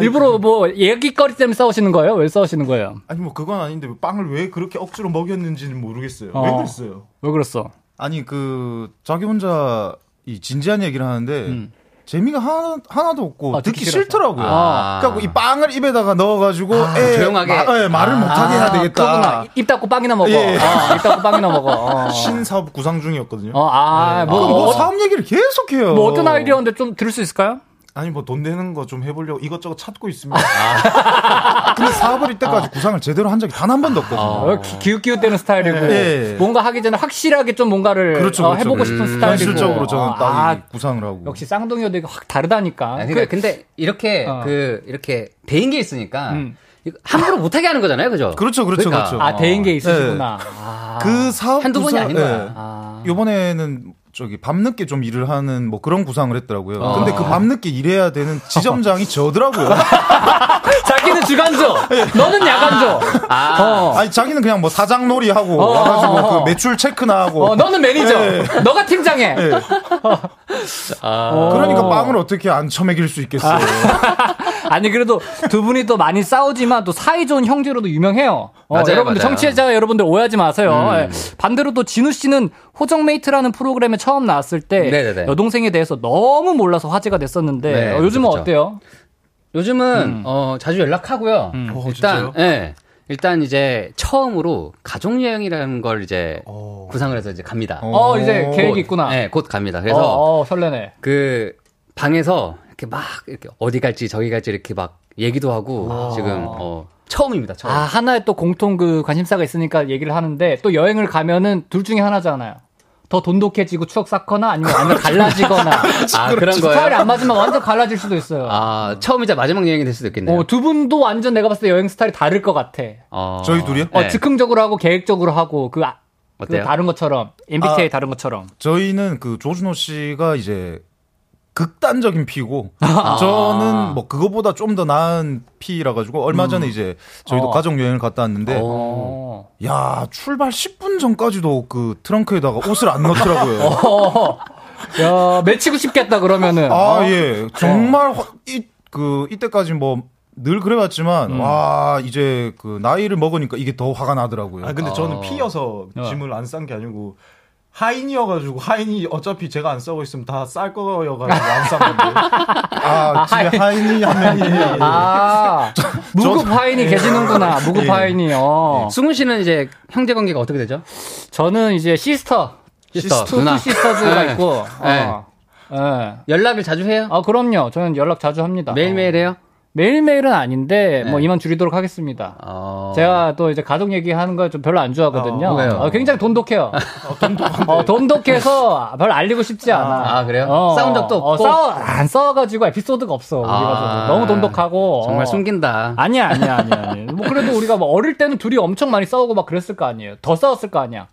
일부러 뭐 얘기거리 때문에 싸우시는 거예요? 왜 싸우시는 거예요?
아니 뭐 그건 아닌데 빵을 왜 그렇게 억지로 먹였는지는 모르겠어요. 왜
어.
그랬어요?
왜 그랬어?
아니 그 자기 혼자 이 진지한 얘기를 하는데 재미가 하나, 하나도 없고
아, 듣기
음. 듣기
싫어서.
싫더라고요.
아.
그러니까 이 빵을 입에다가 넣어가지고 에,
조용하게.
마- 에, 말을 못하게 해야 되겠다.
그거구나. 아. 입 닫고 빵이나 먹어.
예.
어, 입 닫고 빵이나 먹어. 어.
신사업 구상 중이었거든요.
어, 아, 뭐,
그럼 뭐
어,
사업 얘기를 계속해요.
뭐 어떤 아이디어인데 좀 들을 수 있을까요?
아니 뭐 돈 되는 거 좀 해보려고 이것저것 찾고 있습니다. 아. 근데 사업을
아.
이때까지 구상을 제대로 한 적이 단 한 번도 없거든요.
어, 기- 기웃기웃 되는 스타일이고
예.
뭔가 하기 전에 확실하게 좀 뭔가를
그렇죠,
어,
그렇죠.
해보고 싶은 스타일이고
현실적으로 저는
어,
딱
아,
구상을 하고.
역시
그
쌍둥이여도 이거 확 다르다니까 그
아니, 그러니까 근데 이렇게
어.
그 이렇게 대인 게 있으니까
음.
이거 함부로 못하게 하는 거잖아요, 그죠?
그렇죠, 그렇죠,
그러니까.
그렇죠.
아, 대인 게 있으시구나. 아.
그 사업
한두 번이
구상-
아닌 거야.
예.
아.
요번에는 저기 밤늦게 좀 일을 하는 뭐 그런 구상을 했더라고요.
어.
아.
근데 그 밤늦게 일해야 되는 지점장이 저더라고요. (laughs)
자기는 주간조,
네.
너는 야간조. (laughs)
아.
어.
아니 자기는 그냥 뭐 사장 놀이 하고
어.
와가지고 그 매출 체크나 하고.
어, 너는 매니저.
예.
너가 팀장해. (laughs) 어.
예.
아.
그러니까 빵을 어떻게 안 처먹일 수 있겠어요.
아. 아니 그래도 두 분이 또 많이 싸우지만 또 사이좋은 형제로도 유명해요. 어,
맞아요,
여러분들
맞아요. 음.
청취자 여러분들 오해하지 마세요. 예. 반대로 또 진우 씨는 호정메이트라는 프로그램에 처음 나왔을 때
네네네.
여동생에 대해서 너무 몰라서 화제가 됐었는데
네,
어, 요즘은
그쵸, 그쵸.
어때요?
요즘은
음.
어, 자주 연락하고요.
어,
오,
일단
진짜요?
예. 일단 이제 처음으로 가족 여행이라는 걸 이제 구상을 해서 이제 갑니다.
어, 이제 계획이 있구나.
예, 곧 갑니다. 그래서
어, 어, 설레네.
그 방에서 이렇게 막 이렇게 어디 갈지 저기 갈지 이렇게 막 얘기도 하고 지금 어 처음입니다. 처음.
아 하나의 또 공통 그 관심사가 있으니까 얘기를 하는데 또 여행을 가면은 둘 중에 하나잖아요. 더 돈독해지고 추억 쌓거나 아니면
(laughs)
완전 갈라지거나
아, 그런
스타일이
거예요.
안 맞으면 완전 갈라질 수도 있어요.
아, 처음이자 마지막 여행이 될 수도 있겠네요.
어, 두 분도 완전 내가 봤을 때 여행 스타일이 다를 것 같아.
어,
(laughs) 저희 둘이요?
어,
네.
즉흥적으로 하고 계획적으로 하고 그, 아- 그
어때요?
다른 것처럼 MBTI
아.
다른 것처럼.
저희는 그 조준호 씨가 이제 극단적인 피고
아.
저는 뭐 그거보다 좀 더 나은 피라 가지고 얼마 전에 이제 저희도
어.
가족 여행을 갔다 왔는데
어.
야 출발 10분 전까지도 그 트렁크에다가 옷을
(laughs)
안 넣더라고요.
야, 매치고 싶겠다
(laughs)
그러면은.
아 예, 정말 이 그 이때까지 뭐 늘 그래봤지만 와 이제 그 나이를 먹으니까 이게 더 화가 나더라고요.
아 근데 저는 피여서 짐을 안 싼 게 아니고 하인이어가지고 하인이 어차피 제가 안 싸고 있으면 다 쌀 거여가지고 안 싼 건데 예,
아, 집에 하인이 하면이
아, 무급 하인이
예.
계시는구나. 무급 하인이. 어.
승훈 씨는 이제 형제 관계가 어떻게 되죠?
저는 이제 시스터.
시스터,
투,
누나.
투 시스터즈가
네.
있고.
네.
어. 예.
연락을 자주 해요?
아, 그럼요. 저는 연락 자주 합니다.
매일매일 해요?
매일매일은 아닌데, 뭐,
네.
이만 줄이도록 하겠습니다.
어.
제가 또 이제 가족 얘기하는 걸 좀 별로 안 좋아하거든요.
어, 왜요?
어, 굉장히 돈독해요. 어, 돈독해서 별로 알리고 싶지 않아.
아, 그래요? 싸운 적도
어,
없고?
싸워 안 싸워가지고 에피소드가 없어. 우리가
아.
좀. 너무 돈독하고
정말
어.
숨긴다.
아니야 아니야 아니야. 아니야. 뭐 그래도 우리가 뭐 어릴 때는 둘이 엄청 많이 싸우고 막 그랬을 거 아니에요. 더 싸웠을 거 아니야.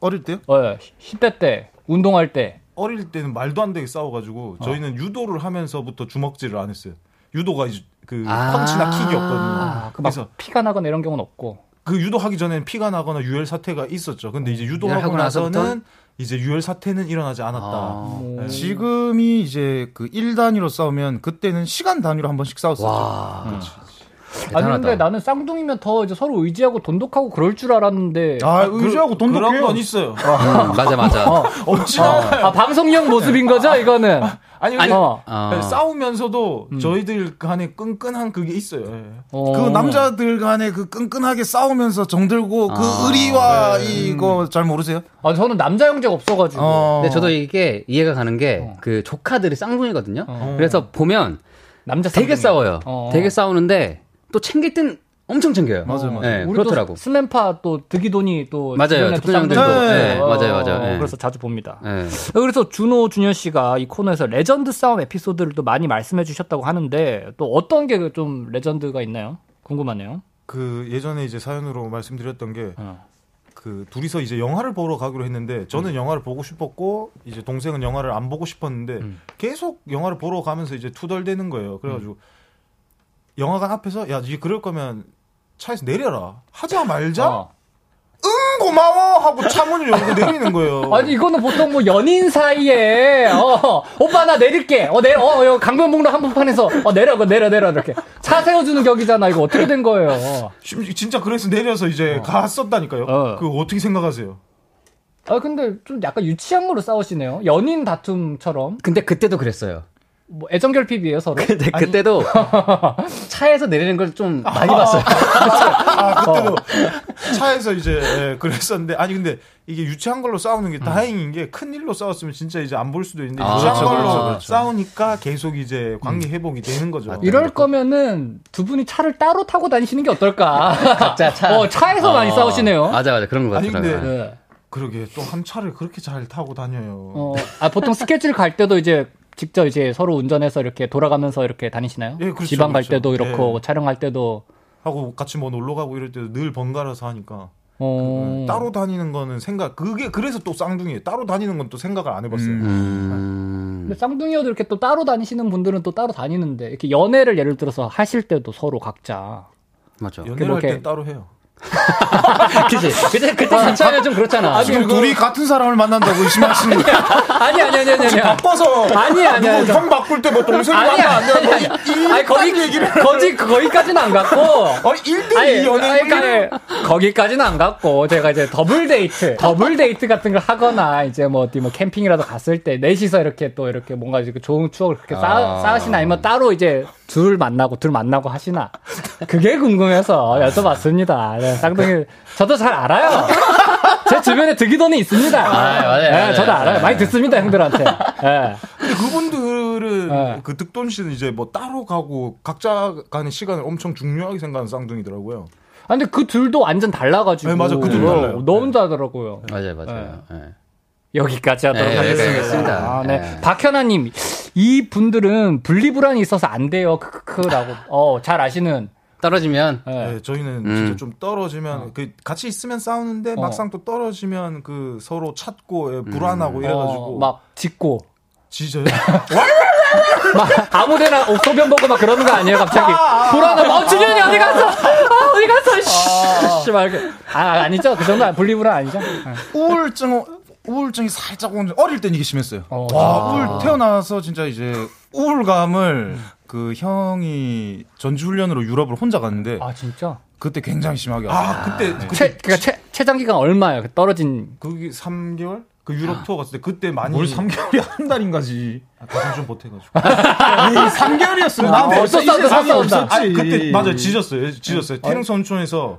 어릴 때요?
어, 10대 때 운동할 때.
어릴 때는 말도 안 되게 싸워가지고 저희는 유도를 하면서부터 주먹질을 안 했어요. 유도가 이제 그
아.
펀치나 킥이 없거든요.
아, 그막
그래서
피가 나거나 이런 경우는 없고.
그 유도하기 전에는 피가 나거나 유혈 사태가 있었죠. 근데 이제
어, 유혈하고
유도하고
나서부터는 아.
나서는 이제 유혈 사태는 일어나지 않았다. 네.
지금이 이제 그 1단위로 싸우면 그때는 시간 단위로 한 번씩 싸웠었죠.
와.
아니
대단하다.
근데 나는 쌍둥이면 더 이제 서로 의지하고 돈독하고 그럴 줄 알았는데.
아,
그-
의지하고 돈도
그런 건
꽤
있어요.
음, 맞아 맞아.
(laughs) 엄청나.
아, 방송용 모습인 거죠, 이거는?
아니, 근데
어.
어.
싸우면서도 저희들 간에 끈끈한 그게 있어요. 예.
음. 그 남자들 간에 그 끈끈하게 싸우면서 정들고 그
아,
네.
네.
의리와 이거 잘 모르세요?
아, 저는 남자 형제가 없어가지고.
어.
근데 저도 이게 이해가 가는
어.
게 그 조카들이 쌍둥이거든요. 그래서 보면
남자 쌍둥이.
되게 싸워요.
어.
되게 싸우는데 또 챙길 땐 엄청 챙겨요. 맞아요, 맞아요.
우리
네, 그렇더라고.
또 스맨파 또 득이돈이 또
맞아요.
주변에 또
득돈형들도.
쌍둥이도
네,
있고.
맞아요, 맞아요.
어,
네.
그래서 자주 봅니다.
예.
그래서 준호 준현 씨가 이 코너에서 레전드 싸움 에피소드를 또 많이 말씀해 주셨다고 하는데 또 어떤 게 좀 레전드가 있나요? 궁금하네요.
그 예전에 이제 사연으로 말씀드렸던 게
어.
그 둘이서 이제 영화를 보러 가기로 했는데
음.
저는 영화를 보고 싶었고 이제 동생은 영화를 안 보고 싶었는데
음.
계속 영화를 보러 가면서 이제 투덜대는 거예요. 그래가지고 영화관 앞에서 야, 니 그럴 거면 차에서 내려라. 하자 말자.
어.
응 고마워 하고 차 문을
(laughs)
열고 내리는 거예요.
아니 이거는 보통 뭐 연인 사이에 어, 오빠 나 내릴게. 어 내려. 어 여기 강변북로 한복판에서 어 내려. 그거 내려 내려 이렇게 차 세워주는 격이잖아. 이거 어떻게 된 거예요?
심지- 진짜 그래서 내려서 이제 갔었다니까요.
어.
그거 어떻게 생각하세요?
아 근데 좀 약간 유치한 거로 싸우시네요. 연인 다툼처럼
근데 그때도 그랬어요.
뭐 애정 결핍이에요 서로. (laughs)
근데 그때도 네, 차에서 내리는 걸 좀 많이 봤어요.
아, 그때도
어.
차에서 이제 예, 그랬었는데 아니 근데 이게 유치한 걸로 싸우는 게 다행인 게 큰 일로 싸웠으면 진짜 이제 안 볼 수도 있는데
음. 아,
유치한
그렇죠,
걸로
그렇죠, 그렇죠. 음.
싸우니까 계속 이제 관계 회복이 되는 거죠.
네.
이럴 거면은 두 분이 차를 따로 타고 다니시는 게 어떨까?
(laughs) 각자 차.
어, 차에서 많이
어,
싸우시네요.
맞아 맞아 그런 거
아니,
같더라고요.
근데-
네.
그러게 또 한 차를 그렇게 잘 타고 다녀요.
어, 아, 보통 스케줄 갈 때도 이제 직접 이제 서로 운전해서 이렇게 돌아가면서 이렇게 다니시나요?
예, 그렇죠,
지방 갈
그렇죠.
때도 이렇고 촬영할 때도.
하고 같이 뭐 놀러 가고 이럴 때도 늘 번갈아서 하니까
음.
어.
따로 다니는 거는 생각 그게 그래서 또 쌍둥이에요. 따로 다니는 건 또 생각을 안 해봤어요.
음.
근데 쌍둥이여도 이렇게 또 따로 다니시는 분들은 또 따로 다니는데 이렇게 연애를 예를 들어서 하실 때도 서로 각자
맞아.
연애를 할
그렇게-
때 따로 해요.
그치. 그때, 그때
아,
같이 하면 좀 그렇잖아.
지금 둘이 같은 사람을 만난다고
(laughs)
의심하시는 거예요?
아니 아니 아니 아니 아니
바꿔서
아니, 아니,
누구
아니.
형 바꿀 때 뭐 동생
그러니까 아니
만나 안
아니
돼.
아니 아니 거기 거기 거기까지는 안 갔고
어 1대2
아니
연애
그러니까 거기까지는 안 갔고 제가 이제 더블 데이트 더블 데이트 같은 걸 하거나 이제 뭐 어디 뭐 캠핑이라도 갔을 때 넷이서 이렇게 또 이렇게 뭔가 이렇게 좋은 추억을 그렇게 쌓, 쌓으시나 아니면 따로 이제 둘 만나고 둘 만나고 하시나 그게 궁금해서 여쭤봤습니다 네, 쌍둥이 저도 잘 알아요 제 주변에 득이돈이 있습니다
맞아요,
예,
맞아요.
저도 알아요 많이 듣습니다 형들한테 예.
근데 그분들은
네.
그 득돈 씨는 이제 뭐 따로 가고 각자 가는 시간을 엄청 중요하게 생각하는 쌍둥이더라고요.
아, 근데 그 둘도 완전 달라가지고.
네, 맞아. 그 둘
어,
달라요.
너무 다르더라고요.
맞아요, 맞아요. 예.
여기까지 네. 하도록
네,
하겠습니다.
여기까지 하겠습니다.
아, 네.
네.
박현아님, 이 분들은 분리불안이 있어서 안 돼요. 크크크라고. 어, 잘 아시는.
떨어지면
예.
네, 저희는 진짜 좀 떨어지면 그 같이 있으면
어.
싸우는데 막상 또 떨어지면 그 서로 찾고 예, 불안하고 이래가지고
어, 막 짖고.
지져요. (laughs)
막 아무데나 옥소변 보고 막 그러는 거 아니에요, 갑자기. 불안하고, 어, 진현이 어디 갔어? 아, 어디 갔어? 씨. 씨, 막. 이렇게. 아, 아니죠? 그 정도 분리불안 아니죠? 예.
우울증 우울증이 살짝 온 어릴 땐 이게 심했어요.
어.
와 우울 태어나서 진짜 이제 우울감을 그 형이 전지훈련으로 유럽을 혼자 갔는데
아, 진짜?
그때 굉장히 심하게 아 그때
최, 그니까 최, 최장기간 얼마예요? 그 떨어진.
그게 3개월? 그 유럽 투어 갔을 때 그때 많이 뭘 3개월이 한 달인가지 아, 가슴 좀 보태가지고
3개월이었어. 나
아, 벌써 싸운다, 벌써 싸운다.
아니 그때 맞아 지졌어요 지졌어요 태릉 선촌에서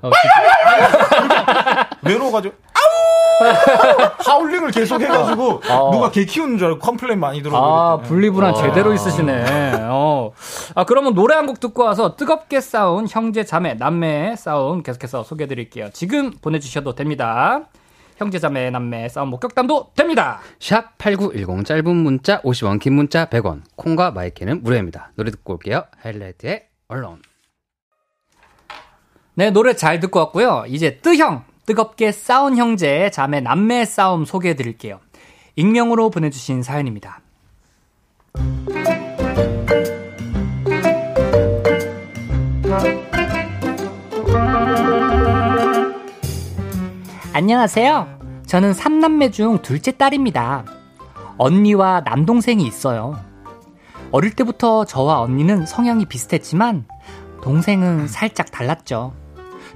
외로워가지고 아우 아. 하울링을 계속 해가지고 누가 개 키우는 줄 알고 컴플레인 많이
아,
들어오고
분리불안 제대로 있으시네. 어. 아, 그러면 노래 한 곡 듣고 와서 뜨겁게 싸운 형제 자매, 남매의 싸움 계속해서 소개해 드릴게요. 지금 보내주셔도 됩니다. 형제 자매, 남매 싸움 목격담도 됩니다.
샵 8910 짧은 문자 50원 긴 문자 100원 콩과 마이크는 무료입니다. 노래 듣고 올게요. 하이라이트의 언론.
네, 노래 잘 듣고 왔고요. 이제 뜨형, 뜨겁게 싸운 형제, 자매, 남매 싸움 소개해 드릴게요. 익명으로 보내주신 사연입니다. 안녕하세요. 저는 삼남매중 둘째 딸입니다. 언니와 남동생이 있어요. 어릴 때부터 저와 언니는 성향이 비슷했지만 동생은 살짝 달랐죠.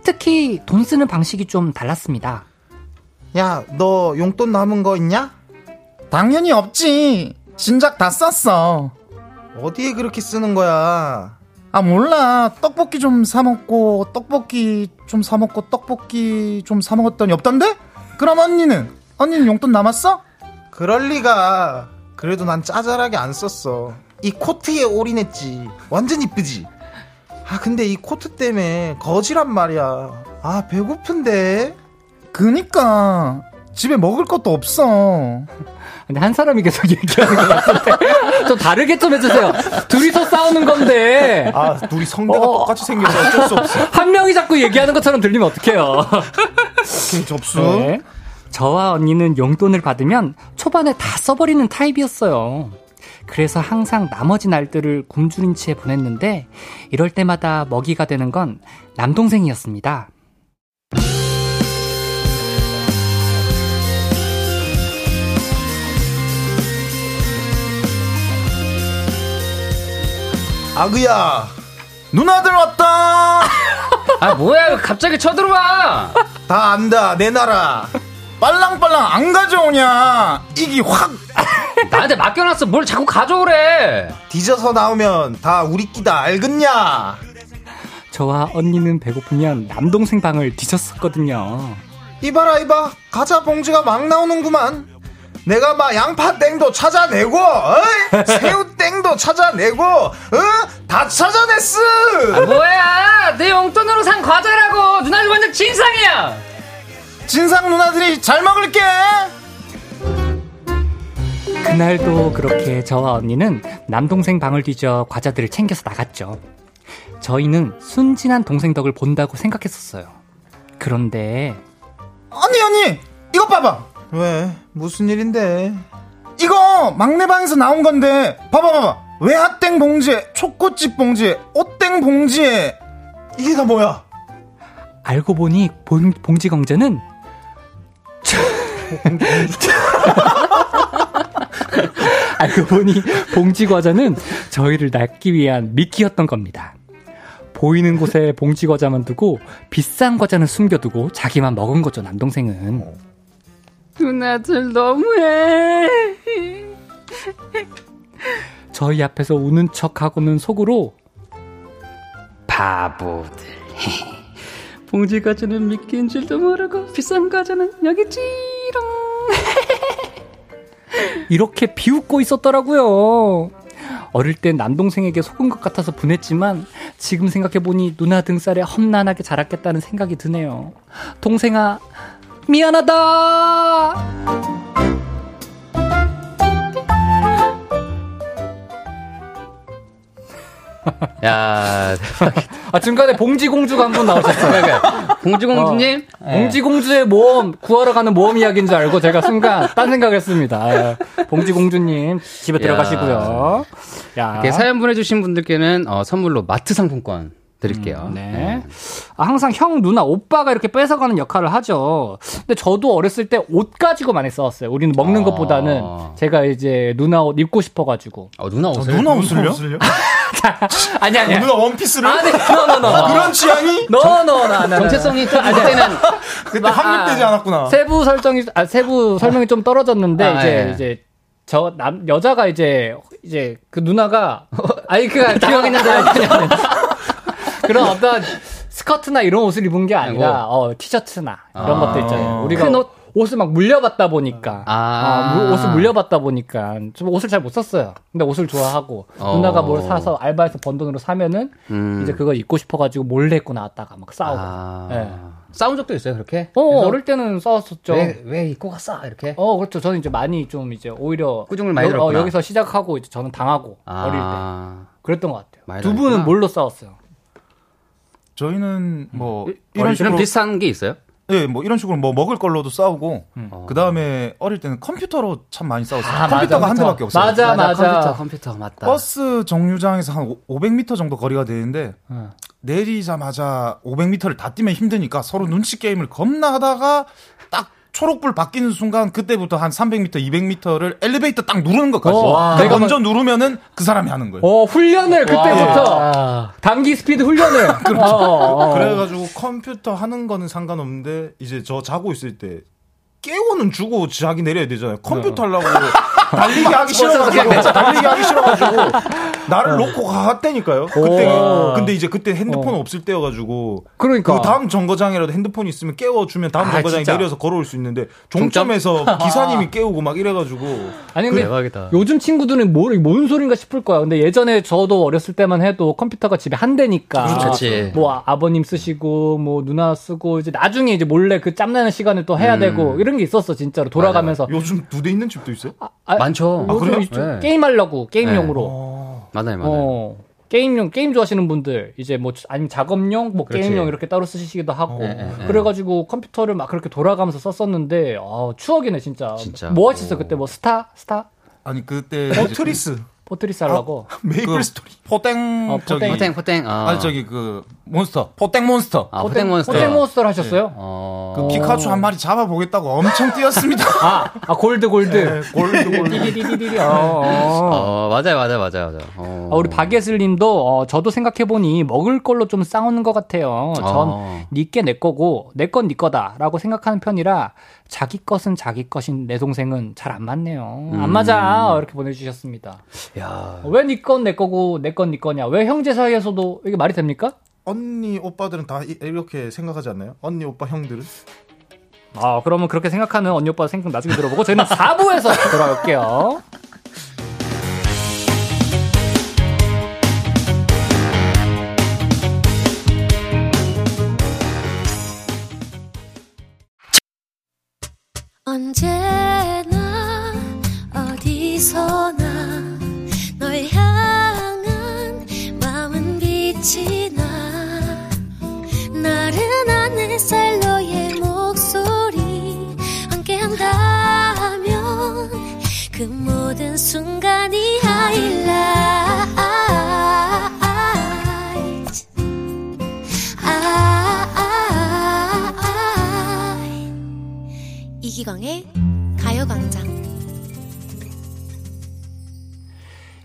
특히 돈 쓰는 방식이 좀 달랐습니다.
야 너 용돈 남은 거 있냐? 당연히 없지. 진작 다 썼어. 어디에 그렇게 쓰는 거야? 아 몰라. 떡볶이 좀 사 먹고 떡볶이 좀 사 먹고 떡볶이 좀 사 먹었더니 없던데? 그럼 언니는 언니는 용돈 남았어? 그럴 리가. 그래도 난 짜잘하게 안 썼어. 이 코트에 올인했지. 완전 이쁘지. 아 근데 이 코트 때문에 거지란 말이야. 아 배고픈데. 그니까 집에 먹을 것도 없어.
근데 한 사람이 계속 (laughs) 얘기하는 것 같은데 좀 다르게 좀 해주세요. 둘이서 싸우는 건데
아 둘이 성대가
어.
똑같이 생겨서 어쩔 수 없어
한 명이 자꾸 얘기하는 것처럼 들리면 어떡해요.
오케이 접수
네. 저와 언니는 용돈을 받으면 초반에 다 써버리는 타입이었어요. 그래서 항상 나머지 날들을 굶주린 채 보냈는데 이럴 때마다 먹이가 되는 건 남동생이었습니다.
아그야 누나들 왔다.
아 뭐야 갑자기 쳐들어와.
다 안다 내 나라. 빨랑빨랑 안 가져오냐? 이기 확
나한테 맡겨놨어. 뭘 자꾸 가져오래.
뒤져서 나오면 다 우리 끼다 알겠냐?
저와 언니는 배고프면 남동생 방을 뒤졌었거든요.
이봐라 이봐 가자 봉지가 막 나오는구만 내가 막 양파 땡도 찾아내고 어이? 새우 땡도 찾아내고 어? 다 찾아냈어
뭐야 내 용돈으로 산 과자라고 누나들 완전 진상이야.
진상 누나들이 잘 먹을게
그날도 그렇게 저와 언니는 남동생 방을 뒤져 과자들을 챙겨서 나갔죠. 저희는 순진한 동생 덕을 본다고 생각했었어요. 그런데
언니 언니 이것 봐봐
왜? 무슨 일인데?
이거 막내방에서 나온 건데 봐봐 봐봐 외화땡 봉지에 초코칩 봉지에 옷땡 봉지에
이게 다 뭐야?
알고 보니 봉, 봉지 강제는 (laughs) 알고 보니 봉지 과자는 저희를 낚기 위한 미끼였던 겁니다. 보이는 곳에 봉지 과자만 두고 비싼 과자는 숨겨두고 자기만 먹은 거죠 남동생은.
누나들 너무해.
저희 앞에서 우는 척하고는 속으로
바보들.
봉지 과자는 미끼인 줄도 모르고 비싼 과자는 여기 찌롱.
(laughs) 이렇게 비웃고 있었더라고요. 어릴 땐 남동생에게 속은 것 같아서 분했지만 지금 생각해보니 누나 등살에 험난하게 자랐겠다는 생각이 드네요. 동생아, 미안하다!
야,
(laughs) 아, 중간에 봉지공주가 한 분 나오셨어요.
공주공주님
어.
예. 봉지공주의 모험, 구하러 가는 모험 이야기인 줄 알고 제가 순간 딴 생각을 했습니다. 아, 봉지공주님, 집에 들어가시고요. 야.
이렇게 사연 보내주신 분들께는 어, 선물로 마트 상품권 드릴게요.
네. 아, 항상 형, 누나, 오빠가 이렇게 뺏어가는 역할을 하죠. 근데 저도 어렸을 때 옷 가지고 많이 싸웠어요. 우리는 먹는
아.
것보다는 제가 이제 누나 옷 입고 싶어가지고.
어, 누나 옷을
네, 누나 옷을요?
아니, 아니.
(laughs) 누나 원피스를?
아니, 노노노.
그런 취향이?
노노노.
정체성이 좀 그때는
그때 확립되지 않았구나.
아, 세부 설정이, 아, 세부 설명이 좀 떨어졌는데,
아,
이제,
예.
이제. 저, 남, 여자가 이제, 이제, 그 누나가, (laughs) 아니,
(laughs)
그가 기억했는데, 그런 어떤 스커트나 이런 옷을 입은 게 아니라,
뭐.
어, 티셔츠나 이런 것도 있잖아요. 우리가 옷을 막 물려받다 보니까,
아.
어, 물- 옷을 물려받다 보니까, 좀 옷을 잘 못 샀어요. 근데 옷을 좋아하고,
어.
누나가 뭘 사서 알바해서 번 돈으로 사면은,
음.
이제 그거 입고 싶어가지고 몰래 입고 나왔다가 막 싸우고.
아,
예.
싸운 적도 있어요 그렇게?
어,
그래서
어릴 때는 싸웠었죠.
네,
왜, 왜 입고 갔어 이렇게?
어, 그렇죠. 저는 이제 많이 좀 이제 오히려
꾸중을 많이
여- 어,
들었구나.
여기서 시작하고 이제 저는 당하고 어릴 때
아,
그랬던 것 같아요.
많이
두
당했구나.
분은 뭘로 싸웠어요?
저희는 뭐
이런
이런 식으로
비슷한 게 있어요?
예, 뭐 이런 식으로 뭐 먹을 걸로도 싸우고 그 다음에 어릴 때는 컴퓨터로 참 많이 싸웠어요.
아,
컴퓨터가
맞아,
한
컴퓨터.
대밖에 없어요.
맞아, 어, 맞아.
컴퓨터 컴퓨터 맞다.
버스 정류장에서 한 500m 정도 거리가 되는데 내리자마자 500m를 다 뛰면 힘드니까 서로 눈치 게임을 겁나 하다가 딱 초록불 바뀌는 순간 그때부터 한 300m, 200m를 엘리베이터 딱 누르는 것까지.
어, 와.
그러니까 먼저 누르면은 그 사람이 하는 거예요.
어, 훈련을 그때부터 단기 스피드 훈련을. (laughs) 어, 어, 어.
그래가지고 컴퓨터 하는 거는 상관없는데 이제 저 자고 있을 때 깨고는 주고 자기 내려야 되잖아요. 컴퓨터 하려고 달리기 하기 싫어가지고 달리기 하기 싫어가지고 나를 놓고 갔다니까요. 그때
오.
근데 이제 그때 핸드폰 없을 때여가지고
그러니까.
그 다음 정거장이라도 핸드폰이 있으면 깨워주면 다음
아,
정거장에
진짜.
내려서 걸어올 수 있는데 종점에서 기사님이 깨우고 막 이래가지고
아니 근데
대박이다.
요즘 친구들은 뭘, 뭔 소린가 싶을 거야. 근데 예전에 저도 어렸을 때만 해도 컴퓨터가 집에 한 대니까.
그렇지.
뭐 아- 아버님 쓰시고 뭐 누나 쓰고 이제 나중에 이제 몰래 그 짬나는 시간을 또
음.
해야 되고 이런 게 있었어 진짜로 돌아가면서.
요즘 두 대 있는 집도 있어요?
아,
많죠.
요즘
그래요?
이쪽
네.
게임하려고 게임용으로.
맞아요 맞아요.
어. 게임용 게임 좋아하시는 분들 이제 뭐 주- 아니면 작업용 뭐
그렇지.
게임용 이렇게 따로 쓰시기도 하고
예, 예.
그래가지고 컴퓨터를 막 그렇게 돌아가면서 썼었는데 아 추억이네 진짜.
진짜.
뭐 하셨어
오.
그때 뭐 스타 스타
아니 그때 포트리스
포트리스 하려고.
메이플 스토리 포땡
어,
아, 저기
포땡.
포땡 포땡. 어.
아니 저기 그 몬스터 포땡 몬스터
아, 포땡 몬스터.
포땡 몬스터를 하셨어요?
어.
그 피카츄 한 마리 잡아보겠다고 엄청 뛰었습니다
아, 아 골드 골드.
네, 골드 골드
띠디디디디디. 어, 어.
어, 맞아요 맞아요 맞아요 맞아요. 어.
아, 우리 박예슬님도 어, 저도 생각해보니 먹을 걸로 좀 싸우는 것 같아요.
어.
전 니께 내 거고 내 건 니 거다라고 생각하는 편이라 자기 것은 자기 것인 내 동생은 잘 안 맞네요. 안 맞아 이렇게 보내주셨습니다.
야.
왜 니 건 내 거고 내 건 니 거냐? 왜 형제 사이에서도 이게 말이 됩니까?
언니 오빠들은 다 이- 이렇게 생각하지 않나요? 언니 오빠 형들은
아 그러면 그렇게 생각하는 언니 오빠 생각 나중에 들어보고 저희는 (laughs) 4부에서 돌아올게요.
언제나 어디서나 널 향한 마음은 빛이 나그 순간이 하이라이트 아, 아. 이기광의 가요광장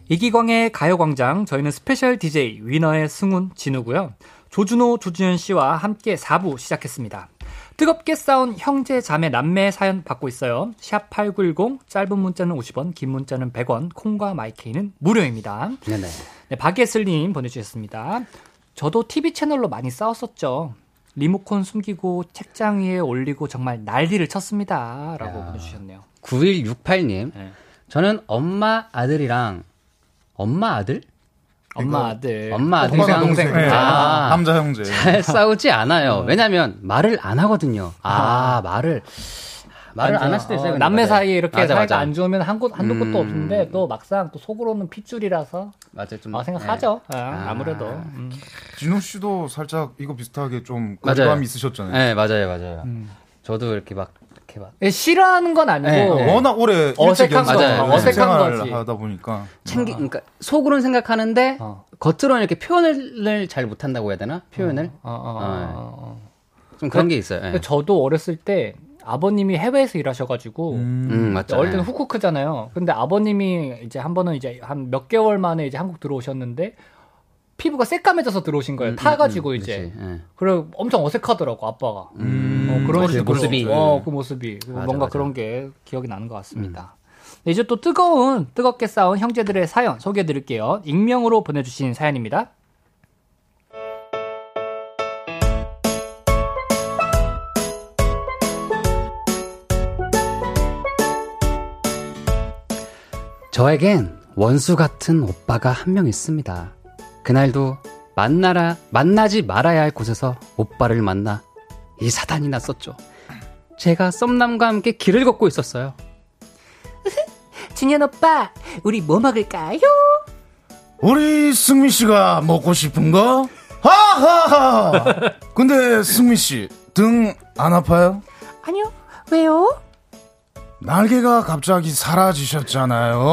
이기광의 가요광장 저희는 스페셜 DJ 위너의 승훈 진우고요. 조준호 조준현 씨와 함께 4부 시작했습니다. 뜨겁게 싸운 형제 자매 남매 사연 받고 있어요. 샵 #8910 짧은 문자는 50원, 긴 문자는 100원, 콩과 마이케이는 무료입니다.
네네.
네, 박예슬님 보내주셨습니다. 저도 TV 채널로 많이 싸웠었죠. 리모컨 숨기고 책장 위에 올리고 정말 난리를 쳤습니다. 라고 보내주셨네요.
9168님.
네.
저는 엄마 아들이랑 엄마 아들?
네. 엄마 아들.
엄마
동생,
아들이랑
동생. 네.
아,
남자 형제.
잘 싸우지 않아요. 왜냐면 말을 안 하거든요. 아, 말을 말을
맞아.
안 할 수도 있어요.
어,
근데.
남매 사이에 이렇게
맞아,
사이가
맞아.
안 좋으면 한 곳, 한도
음.
곳도 없는데 또 막상 또 속으로는 핏줄이라서
맞아 좀
아, 생각하죠. 아, 무래도
진호 씨도 살짝 이거 비슷하게 좀
맞아요.
거부감이 있으셨잖아요.
네, 맞아요, 맞아요. 저도 이렇게 막 이렇게 막
예, 싫어하는 건 아니고
네, 네.
워낙 오래 일찍
어색한
연습을
거지.
하고
어색한
생활을
거지.
하다 보니까
챙기 그러니까 속으로는 생각하는데 겉으로는 이렇게 표현을 잘 못한다고 해야 되나? 표현을
어,
네. 좀 어. 그런 게 있어요. 네.
저도 어렸을 때 아버님이 해외에서 일하셔가지고
음, 맞죠.
어릴 때는
네.
후쿠크잖아요. 근데 아버님이 이제 한 번은 이제 한 몇 개월 만에 이제 한국 들어오셨는데 피부가 새까매져서 들어오신 거예요.
음,
타가지고 이제 음,
예.
그래 엄청 어색하더라고 아빠가. 어, 그런
그
식으로.
모습이.
어, 그 모습이. 그리고
맞아,
뭔가
맞아. 음.
그런 게 기억이 나는 것 같습니다. 네, 이제 또 뜨거운 뜨겁게 싸운 형제들의 사연 소개해드릴게요. 익명으로 보내주신 사연입니다.
저에겐 원수 같은 오빠가 한 명 있습니다. 그날도 만나라 만나지 말아야 할 곳에서 오빠를 만나 이 사단이 났었죠. 제가 썸남과 함께 길을 걷고 있었어요.
진현 오빠, 우리 뭐 먹을까요?
우리 승민 씨가 먹고 싶은 거? 하하하! 근데 승민 씨, 등 안 아파요?
아니요. 왜요?
날개가 갑자기 사라지셨잖아요.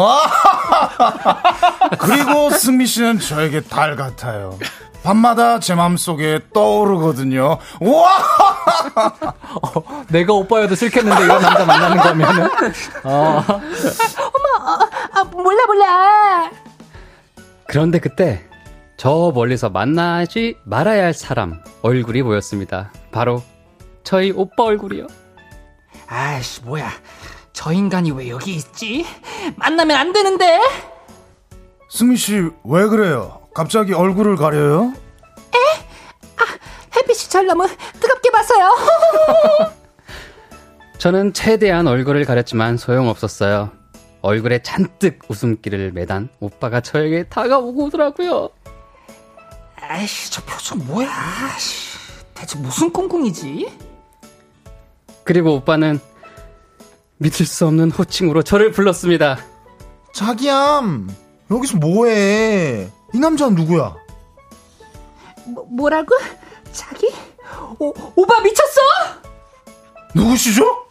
(laughs) 그리고 승민 씨는 저에게 달 같아요. 밤마다 제 마음속에 떠오르거든요. 와!
내가 오빠여도 싫겠는데 이런 남자 만나는 (laughs) 거면은. 어.
어머, 어, 아, 몰라, 몰라.
그런데 그때 저 멀리서 만나지 말아야 할 사람 얼굴이 보였습니다. 바로 저희 오빠 얼굴이요.
아이씨, 뭐야. 저 인간이 왜 여기 있지? 만나면 안 되는데?
승민 씨, 왜 그래요? 갑자기 얼굴을 가려요?
햇빛이 절 너무 뜨겁게 봐서요.
저는 최대한 얼굴을 가렸지만 소용없었어요. 얼굴에 잔뜩 웃음기를 매단 오빠가 저에게 다가오고 오더라고요.
아이씨, 저 표정 뭐야. 아이씨, 대체 무슨 꿍꿍이지?
그리고 오빠는 믿을 수 없는 호칭으로 저를 불렀습니다.
자기암, 여기서 뭐해? 이 남자는 누구야?
뭐, 뭐라고? 자기? 오, 오빠 미쳤어?
누구시죠?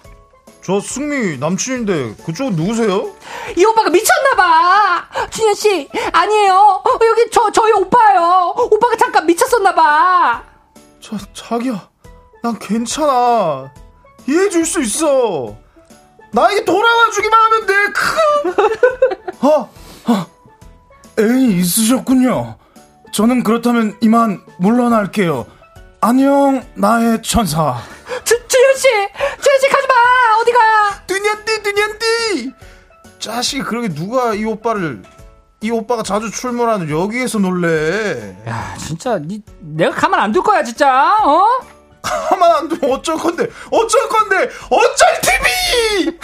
저 승미 남친인데 그쪽 은 누구세요?
이 오빠가 미쳤나봐! 준현씨, 아니에요. 어, 여기 저, 저희 오빠예요. 오빠가 잠깐 미쳤었나봐.
자, 자기야, 난 괜찮아. 이해해줄 수 있어. 나에게 돌아와 주기만 하면 돼. 크. (laughs) 어, 어, 애인이 있으셨군요. 저는 그렇다면 이만 물러날게요. 안녕, 나의 천사.
주, 주현씨! 주현씨 가지마! 어디가!
뚜년띠, 뚜년띠! 자식이 그렇게 누가 이 오빠를, 이 오빠가 자주 출몰하는 여기에서 놀래.
야, 진짜 니 내가 가만 안 둘 거야, 진짜. 어?
가만 안 두면 어쩔 건데, 어쩔 건데, 어쩔 TV!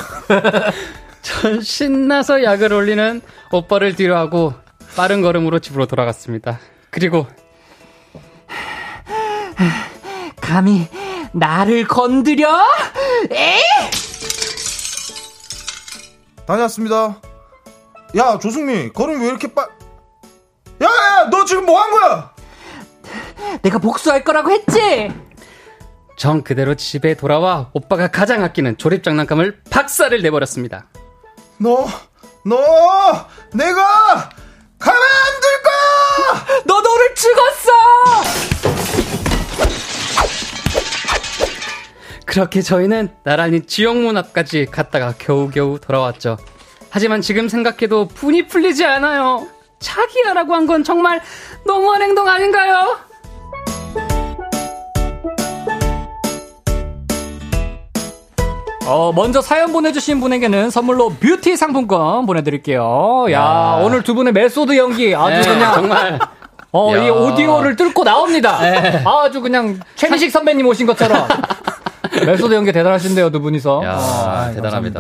전 신나서 약을 올리는 오빠를 뒤로 하고 빠른 걸음으로 집으로 돌아갔습니다. 그리고
감히 나를 건드려? 에이!
다녀왔습니다. 야, 조승민, 걸음이 왜 이렇게 빨, 야, 야, 너 지금 뭐 한 거야?
내가 복수할 거라고 했지?
정 그대로 집에 돌아와 오빠가 가장 아끼는 조립 장난감을 박살을 내버렸습니다.
너,
너 내가 가만 안 둘 거야.
너 너를 죽었어.
그렇게 저희는 나란히 지옥문 앞까지 갔다가 겨우겨우 돌아왔죠.
하지만 지금 생각해도 분이 풀리지 않아요. 자기야라고 한 건 정말 너무한 행동 아닌가요?
어, 먼저 사연 보내주신 분에게는 선물로 뷰티 상품권 보내드릴게요. 야,
야.
오늘 두 분의 메소드 연기 아주
네,
그냥.
정말.
어,
야. 네.
이 오디오를 뚫고 나옵니다. 아주 그냥 최민식 선배님 오신
(laughs)
것처럼. 메소드 연기 대단하신데요, 두 분이서.
아이,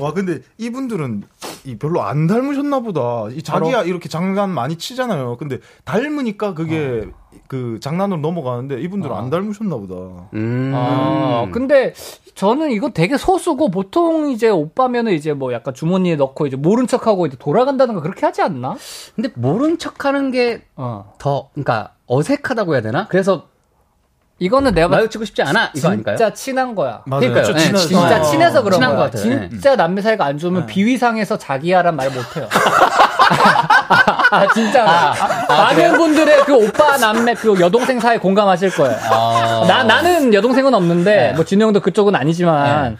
와 근데 이분들은 이 별로 안 닮으셨나 보다. 이 자기야
바로.
이렇게 장난 많이 치잖아요. 근데 닮으니까 그게 그 장난으로 넘어가는데 이분들은 안 닮으셨나 보다.
아,
음. 그-
근데 저는 이거 되게 소수고 보통 이제 오빠면은 이제 뭐 약간 주머니에 넣고 이제 모른 척하고 이제 돌아간다는 거 그렇게 하지 않나? 어.
근데 모른 척하는 게 더, 그러니까 어색하다고 해야 되나? 그래서
이거는 내가
마주치고 싶지 않아 이거
진짜
아닌가요?
친한 거야.
맞아요.
그러니까요.
진짜
네,
친한-
진짜
어.
친해서 그런 네.
친한
거야.
것 같아요. 네. 음.
진짜 남매 사이가 안 좋으면 비위상에서 자기야란 말 못해요. 아, 진짜.
아, 아,
많은
그래요?
분들의 그 오빠 남매 그 여동생 사이 공감하실 거예요.
아, 어.
나 나는 여동생은 없는데 뭐 진우 형도 그쪽은 아니지만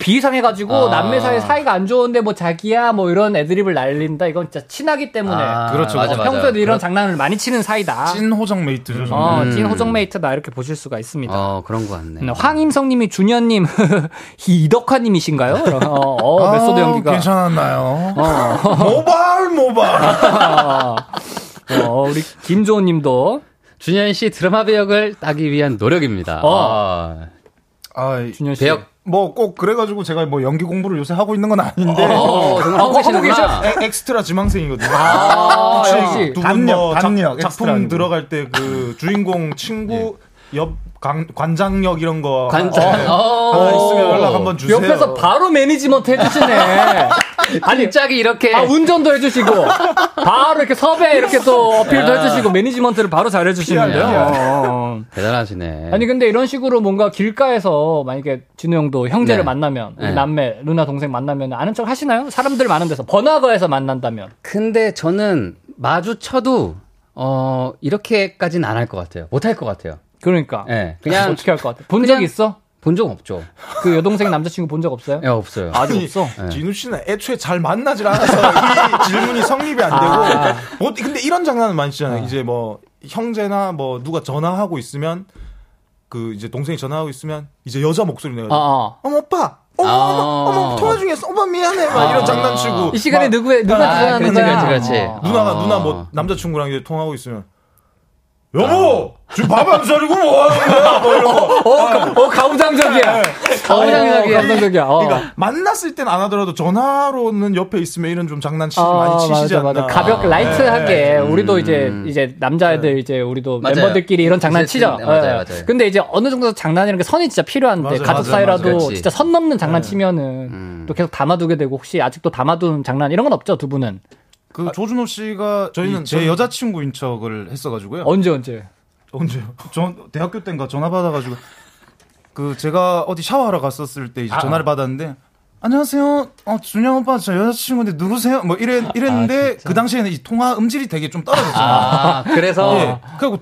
비위상해가지고
아.
남매 사이 사이가 안 좋은데 뭐 자기야 뭐 이런 애드립을 날린다 이건 진짜 친하기 때문에
아, 그렇죠.
어,
맞아, 맞아.
평소에도 이런
그렇-
장난을 많이 치는 사이다.
찐 호정 메이트죠. 정말.
어, 찐
음.
호정 메이트다 이렇게 보실 수가 있습니다.
어 그런 거 같네.
네, 황임성님이 준현님 (laughs) 이덕화님이신가요? 어, 어,
아,
메소드 연기가
괜찮았나요?
(laughs)
어.
모발 모발.
어, 우리 김조호님도
준현 씨 드라마 배역을 따기 위한 노력입니다.
어.
아.
아,
준현
씨. 배역.
뭐 꼭 그래가지고 제가 뭐 연기 공부를 요새 하고 있는 건 아닌데
어, 정말 하고
아,
계시는구나.
에- 엑스트라 지망생이거든요.
아, 역시.
두분뭐
담력, 담력,
작품
엑스트라 아니고. 예.
들어갈 때 그 주인공 친구 옆 관, 관장역 이런 거
관장.
어, 하나 있으면 연락 한번 주세요.
옆에서 바로 매니지먼트 해주시네. 아니 짝이 이렇게 아 운전도 해주시고 바로 이렇게 섭외 이렇게 또 어필도
야.
해주시고 매니지먼트를 바로 잘 해주시는데요. 어.
대단하시네.
아니 근데 이런 식으로 뭔가 길가에서 만약에 진우 형도 형제를
네.
만나면 우리
네.
남매 누나 동생 만나면 아는 척 하시나요? 사람들 많은 데서 번화가에서 만난다면
근데 저는 마주쳐도 어 이렇게까지는 안 할 것 같아요. 못 할 것 같아요.
그러니까
예.
그냥
그냥
어떻게 할 것 같아? 본 적 있어?
본 적 없죠.
그 여동생 남자친구 본 적 없어요?
예, 없어요.
아직 없어.
진우 씨는 애초에 잘 만나질 않아서 이 (laughs) 질문이 성립이 안 되고.
아.
뭐, 근데 이런 장난은 많이 치잖아요. 이제 뭐 형제나 뭐 누가 전화하고 있으면 그 이제 동생이 전화하고 있으면 이제 여자 목소리 내가지고
아,
어머 오빠. 어머 어머 어머 통화 중이었어. 오빠 미안해. 막
아.
이런 장난치고.
이 시간에 누구의- 누구한테
아,
전화하는
그렇지,
거야?
그렇지, 그렇지.
아,
어.
누나가 누나 뭐 남자친구랑 이제 통화하고 있으면
아.
여보 지금 밥 안 차리고 뭐 하는 거야? 뭐 이런 거.
어, 가- 어, 가부장적이야. 가부장적이야,
어,
가부장적이야. 어.
그러니까 만났을 땐 안 하더라도 전화로는 옆에 있으면 이런 좀 장난치
아,
많이 치시지
맞아,
않나.
맞아. 가볍게 라이트하게
네.
우리도 이제 이제 남자애들 이제 우리도
맞아요.
멤버들끼리 이런 장난
이제
치죠.
네, 맞아요,
예.
맞아요.
근데 이제 어느 정도 장난이라는 게 선이 진짜 필요한데
맞아요,
가족
맞아요,
사이라도
맞아요. 그렇지.
진짜 선 넘는 장난 치면은 또 계속 담아두게 되고 혹시 아직도 담아둔 장난 이런 건 없죠 두 분은?
그 조준호 씨가
저희는
저희는 제
전-
여자친구인 척을 했어가지고요.
언제 언제?
언제요?
전 대학교 때인가 전화 받아가지고 그 제가 어디 샤워하러 갔었을 때 이제
아.
전화를 받았는데 안녕하세요. 어, 준영 오빠 저 여자친구인데 누구세요? 뭐 이랬 이랬는데 그 당시에는 이 통화 음질이 되게 좀 떨어졌어요.
아, 그래서?
어,
예. 그리고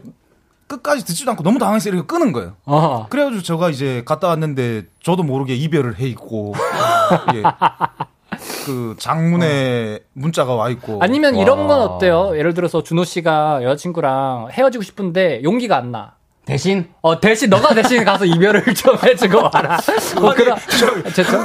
끝까지 듣지도 않고 너무 당황해서 이렇게 끄는 거예요.
어.
그래가지고 제가 이제 갔다 왔는데 저도 모르게 이별을 해 있고 (laughs) 예. 그 장문의 문자가 와 있고
아니면 이런
와.
건 어때요? 예를 들어서 준호 씨가 여자친구랑 헤어지고 싶은데 용기가 안 나.
대신?
어, 대신, 너가 대신 가서 이별을 (laughs) 좀 해주고 와라. 뭐, 그런, 죄송.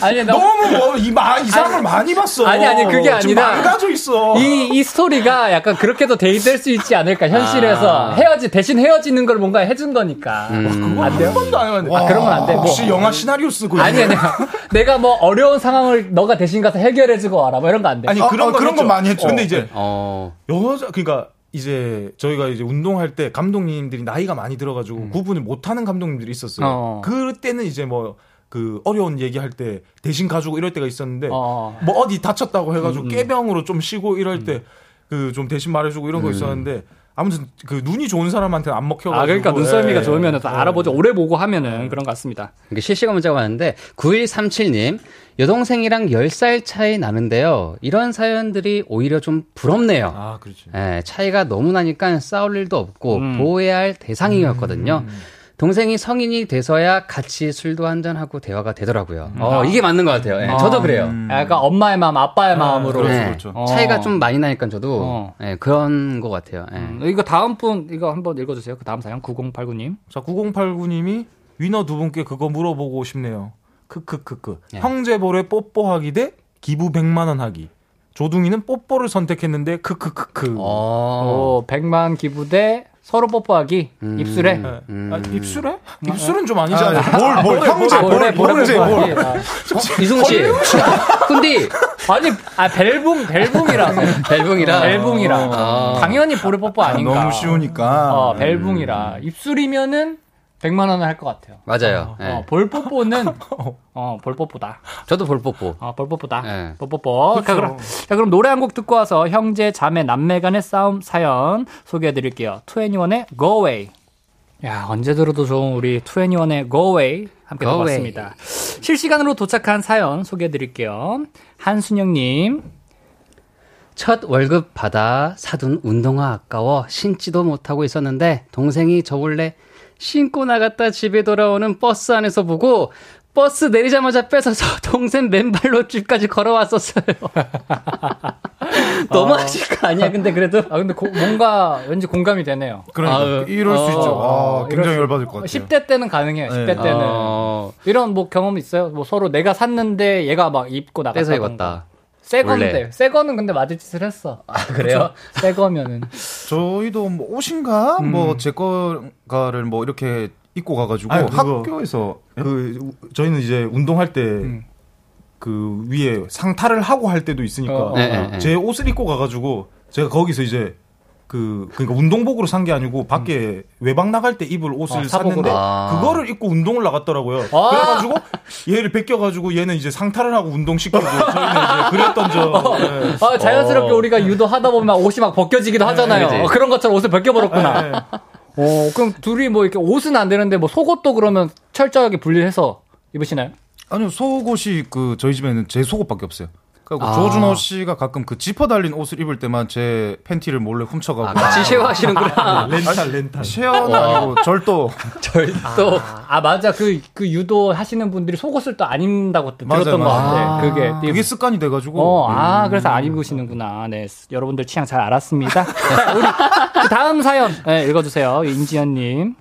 아니, 나-
너무 뭐, 이, 마, 이상한 걸
아니,
많이 봤어.
아니, 아니, 그게
지금
아니라.
망가져 있어.
이, 이 스토리가 약간 그렇게도 대입될 수 있지 않을까, 현실에서.
아. 음.
헤어지, 대신 헤어지는 걸 뭔가 해준 거니까.
음,
안 돼요?
번도 아, 안 해봤는데.
아, 그런 건 안 돼. 뭐.
혹시 영화 시나리오 쓰고
아니,
있는
아니. 내가 뭐 어려운 상황을 너가 대신 가서 해결해주고 와라. 뭐 이런 거 안 돼.
아니 그런 건
건
했죠. 근데 이제
어.
여자 그러니까 이제 저희가 이제 운동할 때 감독님들이 나이가 많이 들어가지고 구분을 못하는 감독님들이 음. 있었어요.
어.
그때는 이제 뭐 그 어려운 얘기할 때 대신 가지고 이럴 때가 있었는데 뭐 음, 어디 다쳤다고 해가지고 깨병으로 좀 쉬고 이럴 때 그 좀 대신 말해주고 이런 거 있었는데 아무튼 그 눈이 좋은 사람한테 안 먹혀가지고.
아, 그러니까 눈썰미가 좋으면 또
예.
알아보죠. 오래 보고 하면은 그런 것 같습니다.
이게 실시간 문자가 왔는데 9137님 여동생이랑 10살 차이 나는데요. 이런 사연들이 오히려 좀 부럽네요.
아, 그렇죠.
예, 차이가 너무 나니까 싸울 일도 없고
음.
보호해야 할 대상이었거든요. 동생이 성인이 돼서야 같이 술도 한잔 하고 대화가 되더라고요.
음.
어, 이게 맞는 것 같아요. 예, 저도 그래요.
약간 엄마의 마음, 아빠의
예,
마음으로.
그렇죠,
네.
어.
차이가 좀 많이 나니까 저도 예, 그런 것 같아요. 예.
이거 어. 다음 분 이거 한번 읽어주세요. 그 다음 사연 9089님.
자, 9089님이 그러니까 위너 두 분께 그거 물어보고 싶네요. 크크크크.
예.
형제볼에 뽀뽀하기 대 기부 100만 원 하기. 조둥이는 뽀뽀를 선택했는데 크크크크.
어, 100만 기부 대 서로 뽀뽀하기
음.
입술에.
어,
아, 입술에? 입술은 좀 아니잖아요. 뭘, 뭘,
볼에,
어, 형제,
볼에,
뭘,
볼에
형제,
뽀뽀하기.
뭘.
아. 어, 이승우 씨.
(laughs)
근데 아니 아 벨붕 벨붕이라서
벨붕이라?
어, 벨붕이라 어.
아.
당연히 볼에 뽀뽀 아닌가.
너무 쉬우니까.
어,
음.
벨붕이라 입술이면은 100만 원을 할 것 같아요.
맞아요. 예.
어,
(laughs)
볼뽀뽀는 어, 볼뽀뽀다.
저도 볼뽀뽀.
아, 볼뽀뽀다.
(laughs)
뽀뽀뽀. 자,
그렇죠.
그럼, 자, 그럼 노래 한 곡 듣고 와서 형제, 자매, 남매 간의 싸움 사연 소개해 드릴게요. 2NE1의 Go Away. 야, 언제 들어도 좋은 우리 2NE1의 Go Away 함께
Go
들어봤습니다. 실시간으로 도착한 사연 소개해 드릴게요. 한순영님.
첫 월급 받아 사둔 운동화 아까워 신지도 못하고 있었는데 동생이 저 원래 신고 나갔다 집에 돌아오는 버스 안에서 보고 버스 내리자마자 뺏어서 (laughs) 동생 맨발로 집까지 걸어왔었어요. (laughs) 너무
어. 네.
하실 거 아니야? 근데 그래도
(laughs) 아, 근데 고- 뭔가 왠지 공감이 되네요.
그러니까 이럴 수 있죠. 아, 굉장히 열받을 것 같아요.
10대 때는 가능해요. 10대
네.
때는.
어.
이런 뭐 경험 있어요? 뭐 서로 내가 샀는데 얘가 막 입고 나갔다.
뺏어 입었다.
새
원래.
건데 새 거는 근데 맞을 짓을 했어. 아
그래요?
새
(laughs)
거면은
저희도 뭐 옷인가
음.
뭐 제 거를 뭐 이렇게 입고 가가지고
아니, 그거-
학교에서 예? 음.
그 우- 저희는 이제 운동할 때. 그 위에 상타를 하고 할 때도 있으니까
어, 어, 네, 네,
제 옷을 입고 가가지고 제가 거기서 이제 그 그러니까 운동복으로 산 게 아니고 밖에 외박 나갈 때 입을 옷을
음. 아, 사복으로.
샀는데
아.
그거를 입고 운동을 나갔더라고요. 그래가지고 얘를 벗겨가지고 얘는 이제 상타를 하고 운동 시키고 저희는 이제 그랬던 적.
(laughs)
네.
아, 자연스럽게
어.
우리가 유도하다 보면 막 옷이 막 벗겨지기도
네,
하잖아요.
그지.
어, 그런 것처럼 옷을 벗겨버렸구나.
네, 네.
어, 그럼 둘이 뭐 이렇게 옷은 안 되는데 뭐 속옷도 그러면 철저하게 분리해서 입으시나요?
아니요 속옷이 그 저희 집에는 제 속옷밖에 없어요. 그러니까
아.
조준호 씨가 가끔 그 지퍼 달린 옷을 입을 때만 제 팬티를 몰래 훔쳐가고
아,
같이 쉐어하시는구나.
렌탈 렌탈
그렇죠.
쉐어는
와.
아니고 뭐
(laughs)
절도
또, 아, 맞아. 그, 그 유도 하시는 분들이 속옷을 또 안 입는다고 또 들었던 것 같아. 그게.
그게 습관이 돼가지고
어, 아, 그래서 안 입으시는구나. 네. 스- 여러분들 취향 잘 알았습니다. (laughs) 자, 우리 그 다음 사연, 네, 읽어주세요. 임지연님.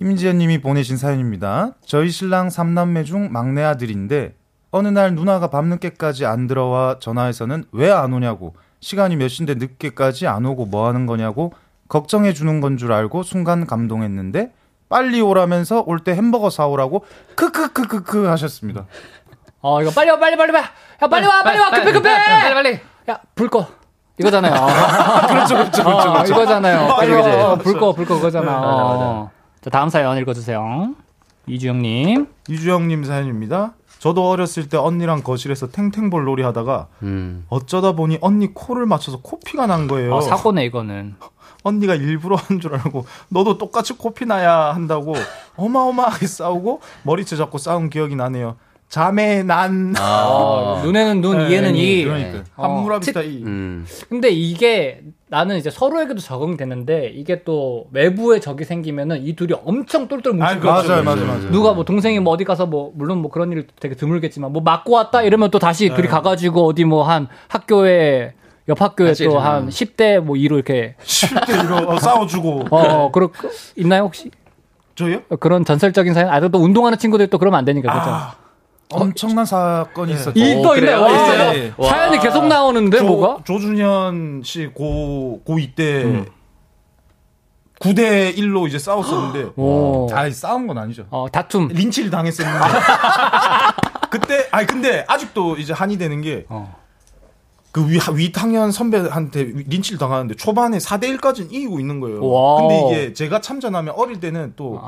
임지연님이 보내신 사연입니다. 저희 신랑 3남매 중 막내 아들인데 어느 날 누나가 밤늦게까지 안 들어와 아, 전화해서는 왜 안 오냐고 시간이 몇 시인데 늦게까지 안 오고 뭐 하는 거냐고 걱정해 주는 건 줄 알고 순간 감동했는데 빨리 오라면서 올 때 햄버거 사오라고 크크크크크 하셨습니다.
어, 이거 빨리 와, 빨리, 빨리 와. 야, 빨리 와, 빨리 와.
빨리,
급해, 급해.
빨리, 빨리.
야, 불 꺼. 이거잖아요. 그렇죠, 그렇죠,
그렇죠, 그렇죠.
이거잖아요. 빨리
그죠,
와.
그죠.
불 꺼, 불 꺼, 그거잖아.
맞아, 맞아.
어. 자, 다음 사연 읽어주세요. 이주영님.
이주영님 사연입니다. 저도 어렸을 때 언니랑 거실에서 탱탱볼 놀이 하다가
음.
어쩌다 보니 언니 코를 맞춰서 코피가 난 거예요.
어, 사고네, 이거는.
언니가 일부러 한 줄 알고 너도 똑같이 코피 나야 한다고 어마어마하게 싸우고 머리채 잡고 싸운 기억이 나네요. 자매 난
아, 눈에는 눈, 이에는 이.
그러니까.
어,
함무라비타
특-
이.
음.
근데 이게 나는 이제 서로에게도 적응되는데 이게 또 외부에 적이 생기면은 이 둘이 엄청 똘똘
아,
뭉칠 거
맞아요, 맞아요, 맞아요.
누가 뭐 동생이 뭐 어디 가서 뭐 물론 뭐 그런 일 되게 드물겠지만 뭐 맞고 왔다 이러면 또 다시
네.
둘이 가가지고 어디 뭐 한 학교에 옆 학교에
다시,
또 한
음.
10대 뭐 2로 이렇게
쉴때 이러 어, 싸워주고.
어, 어 그렇 있나요 혹시? 어,
저요?
그런 전설적인 사연. 아, 또 운동하는 친구들 또 그러면 안 되니까 그죠?
엄청난 사건이 있었죠.
이거 있나요? 와, 사연이 계속 나오는데
조,
뭐가?
조준현 씨 고 고2 때 9대 1로 이제 (gasps) 싸웠었는데.
오.
아 싸운 건 아니죠.
어, 다툼.
린치를 당했었는데. (laughs) 그때, 아니, 근데 아직도 이제 한이 되는 게. 그 위, 위탕현 선배한테 린치를 어? 당하는데 초반에 4대1까지는 이기고 있는 거예요.
와우.
근데 이게 제가 참전하면 어릴 때는 또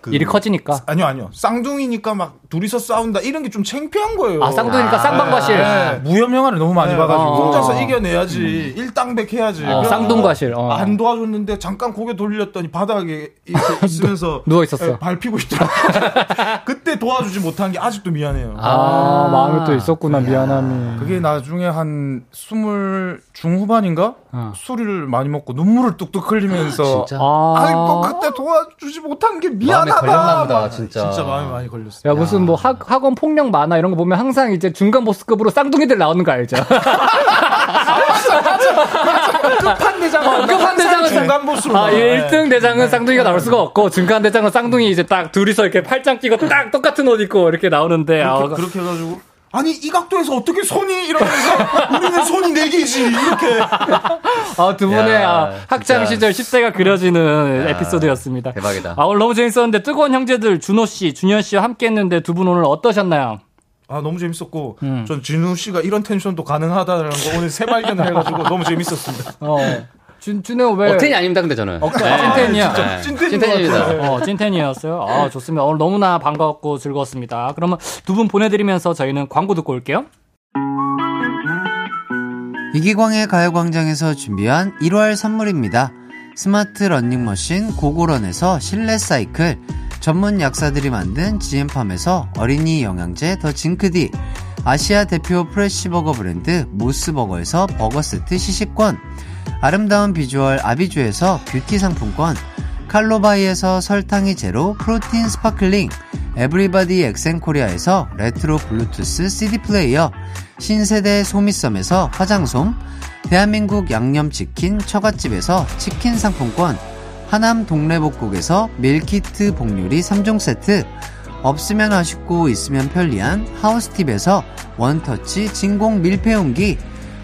그-
일이 커지니까.
아니요, 아니요. 쌍둥이니까 막 둘이서 싸운다 이런 게 좀 창피한 거예요.
아, 쌍둥이니까 쌍방과실.
무협 영화를 너무 많이
네.
봐가지고
어.
아, 네. 혼자서 이겨내야지 일당백 해야지.
어, 쌍둥과실, 어.
아. 안 도와줬는데 잠깐 고개 돌렸더니 바닥에 이렇게 있으면서
(laughs) 누워 있었어.
예, 밟히고 있더라고. (laughs) 그때 도와주지 못한 게 아직도 미안해요.
아, 마음에 또
있었구나, 미안함이.
그게 나중에 한 스물 중후반인가?
어.
술을 많이 먹고 눈물을 뚝뚝
아,
흘리면서.
진짜?
아이고, 그
그때 도와주지 못한 게
미안하다. 걸렸나 보다,
막
진짜.
아, 진짜 마음이 많이 걸렸어.
야, 무슨 뭐 학, 학원 폭력 만화 이런 거 보면 항상 이제 중간 보스급으로 쌍둥이들 나오는 거 알죠?
급한
어, 급한 대장은 아, 1등 대장은 쌍둥이가 나올 수가 없고 중간 대장은 쌍둥이 이제 딱 둘이서 이렇게 팔짱 끼고 딱 똑같은 옷 입고 이렇게 나오는데 아,
그렇게, 그렇게 해가지고 아니 이 각도에서 어떻게 손이 이러면서 우리는 손이 네 개지 이렇게
아, 두 분의
야,
아, 학창 시절 10대가 그려지는 에피소드였습니다.
대박이다.
아, 오늘 너무 재밌었는데 뜨거운 형제들 준호 씨, 준현 씨와 함께 했는데 두 분 오늘 어떠셨나요?
아 너무 재밌었고 전 진우 씨가 이런 텐션도 가능하다라는 거 오늘 새발견을 해가지고 너무 재밌었습니다.
어. 준, 준호 왜.
억텐이 아닙니다, 근데 저는.
어,
네.
찐텐이야.
네. 찐텐입니다.
어, 찐텐이었어요. 아, 좋습니다. 오늘 너무나 반가웠고 즐거웠습니다. 그러면 두 분 보내드리면서 저희는 광고 듣고 올게요.
이기광의 가요광장에서 준비한 1월 선물입니다. 스마트 러닝머신 고고런에서 실내 사이클, 전문 약사들이 만든 지앤팜에서 어린이 영양제 더 징크디, 아시아 대표 프레시버거 브랜드 모스버거에서 버거세트 시식권, 아름다운 비주얼 아비주에서 뷰티 상품권, 칼로바이에서 설탕이 제로 프로틴 스파클링 에브리바디 엑센코리아에서 레트로 블루투스 CD 플레이어 신세대 소미썸에서 화장솜 대한민국 양념치킨 처갓집에서 치킨 상품권 하남 동래복국에서 밀키트 복요리 3종 세트 없으면 아쉽고 있으면 편리한 하우스팁에서 원터치 진공 밀폐용기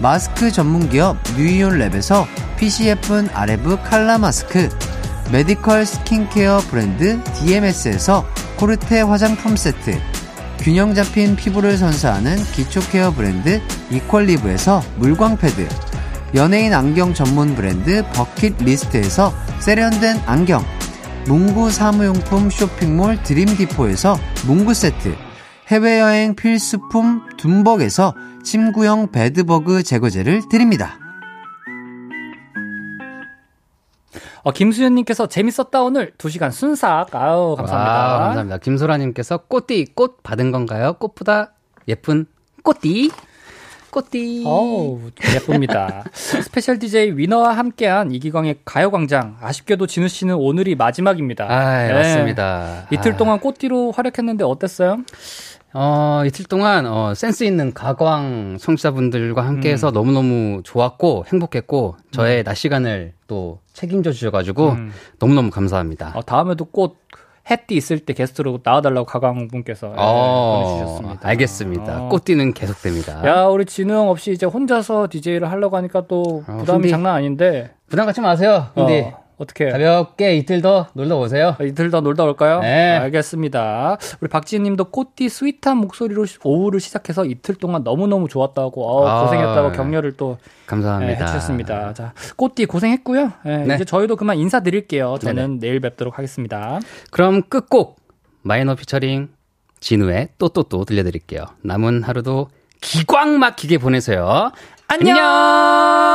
마스크 전문 기업 뉴이온랩에서 PCF 아레브 칼라 마스크 메디컬 스킨케어 브랜드 DMS에서 코르테 화장품 세트 균형 잡힌 피부를 선사하는 기초 케어 브랜드 이퀄리브에서 물광 패드 연예인 안경 전문 브랜드 버킷 리스트에서 세련된 안경 문구 사무용품 쇼핑몰 드림디포에서 문구 세트 해외여행 필수품 둠벅에서 침구형 베드버그 제거제를 드립니다.
어, 김수현님께서 재밌었다 오늘 2시간 순삭. 아우, 감사합니다.
아, 감사합니다. 김소라님께서 꽃띠 꽃 받은 건가요? 꽃보다 예쁜 꽃띠. 꽃띠.
어우,
(laughs)
예쁩니다. 스페셜 DJ 위너와 함께한 이기광의 가요광장. 아쉽게도 진우 씨는 오늘이 마지막입니다.
아,
네.
맞습니다.
이틀
아.
동안 꽃띠로 활약했는데 어땠어요?
어, 이틀 동안 어, 센스 있는 가광 청취자분들과 함께해서 너무너무 좋았고 행복했고 저의 낮 시간을 또 책임져 주셔가지고
음.
너무너무 감사합니다.
어, 다음에도 꽃 해띠 있을 때 게스트로 나와달라고 가광 분께서 예,
어,
보내주셨습니다.
알겠습니다.
어.
꽃띠는 계속됩니다.
야, 우리 진우 형 없이 이제 혼자서 DJ를 하려고 하니까 또
어,
부담이
훈디.
장난 아닌데.
부담 갖지 마세요, 근데
어, 떻게
예. 가볍게 이틀 더 놀러 오세요.
아, 이틀 더 놀다 올까요?
네.
알겠습니다. 우리 박지은 님도 꽃띠 스윗한 목소리로 시- 오후를 시작해서 이틀 동안 너무너무 좋았다고, 어,
아,
고생했다고 격려를 또
감사합니다.
네, 해주셨습니다. 자, 꽃띠 고생했고요. 예,
네.
이제 저희도 그만 인사드릴게요. 저는 내일 뵙도록 하겠습니다.
그럼 끝곡 마이너 피처링 진우의 또또또 들려드릴게요. 남은 하루도 기광 막히게 보내세요. 안녕!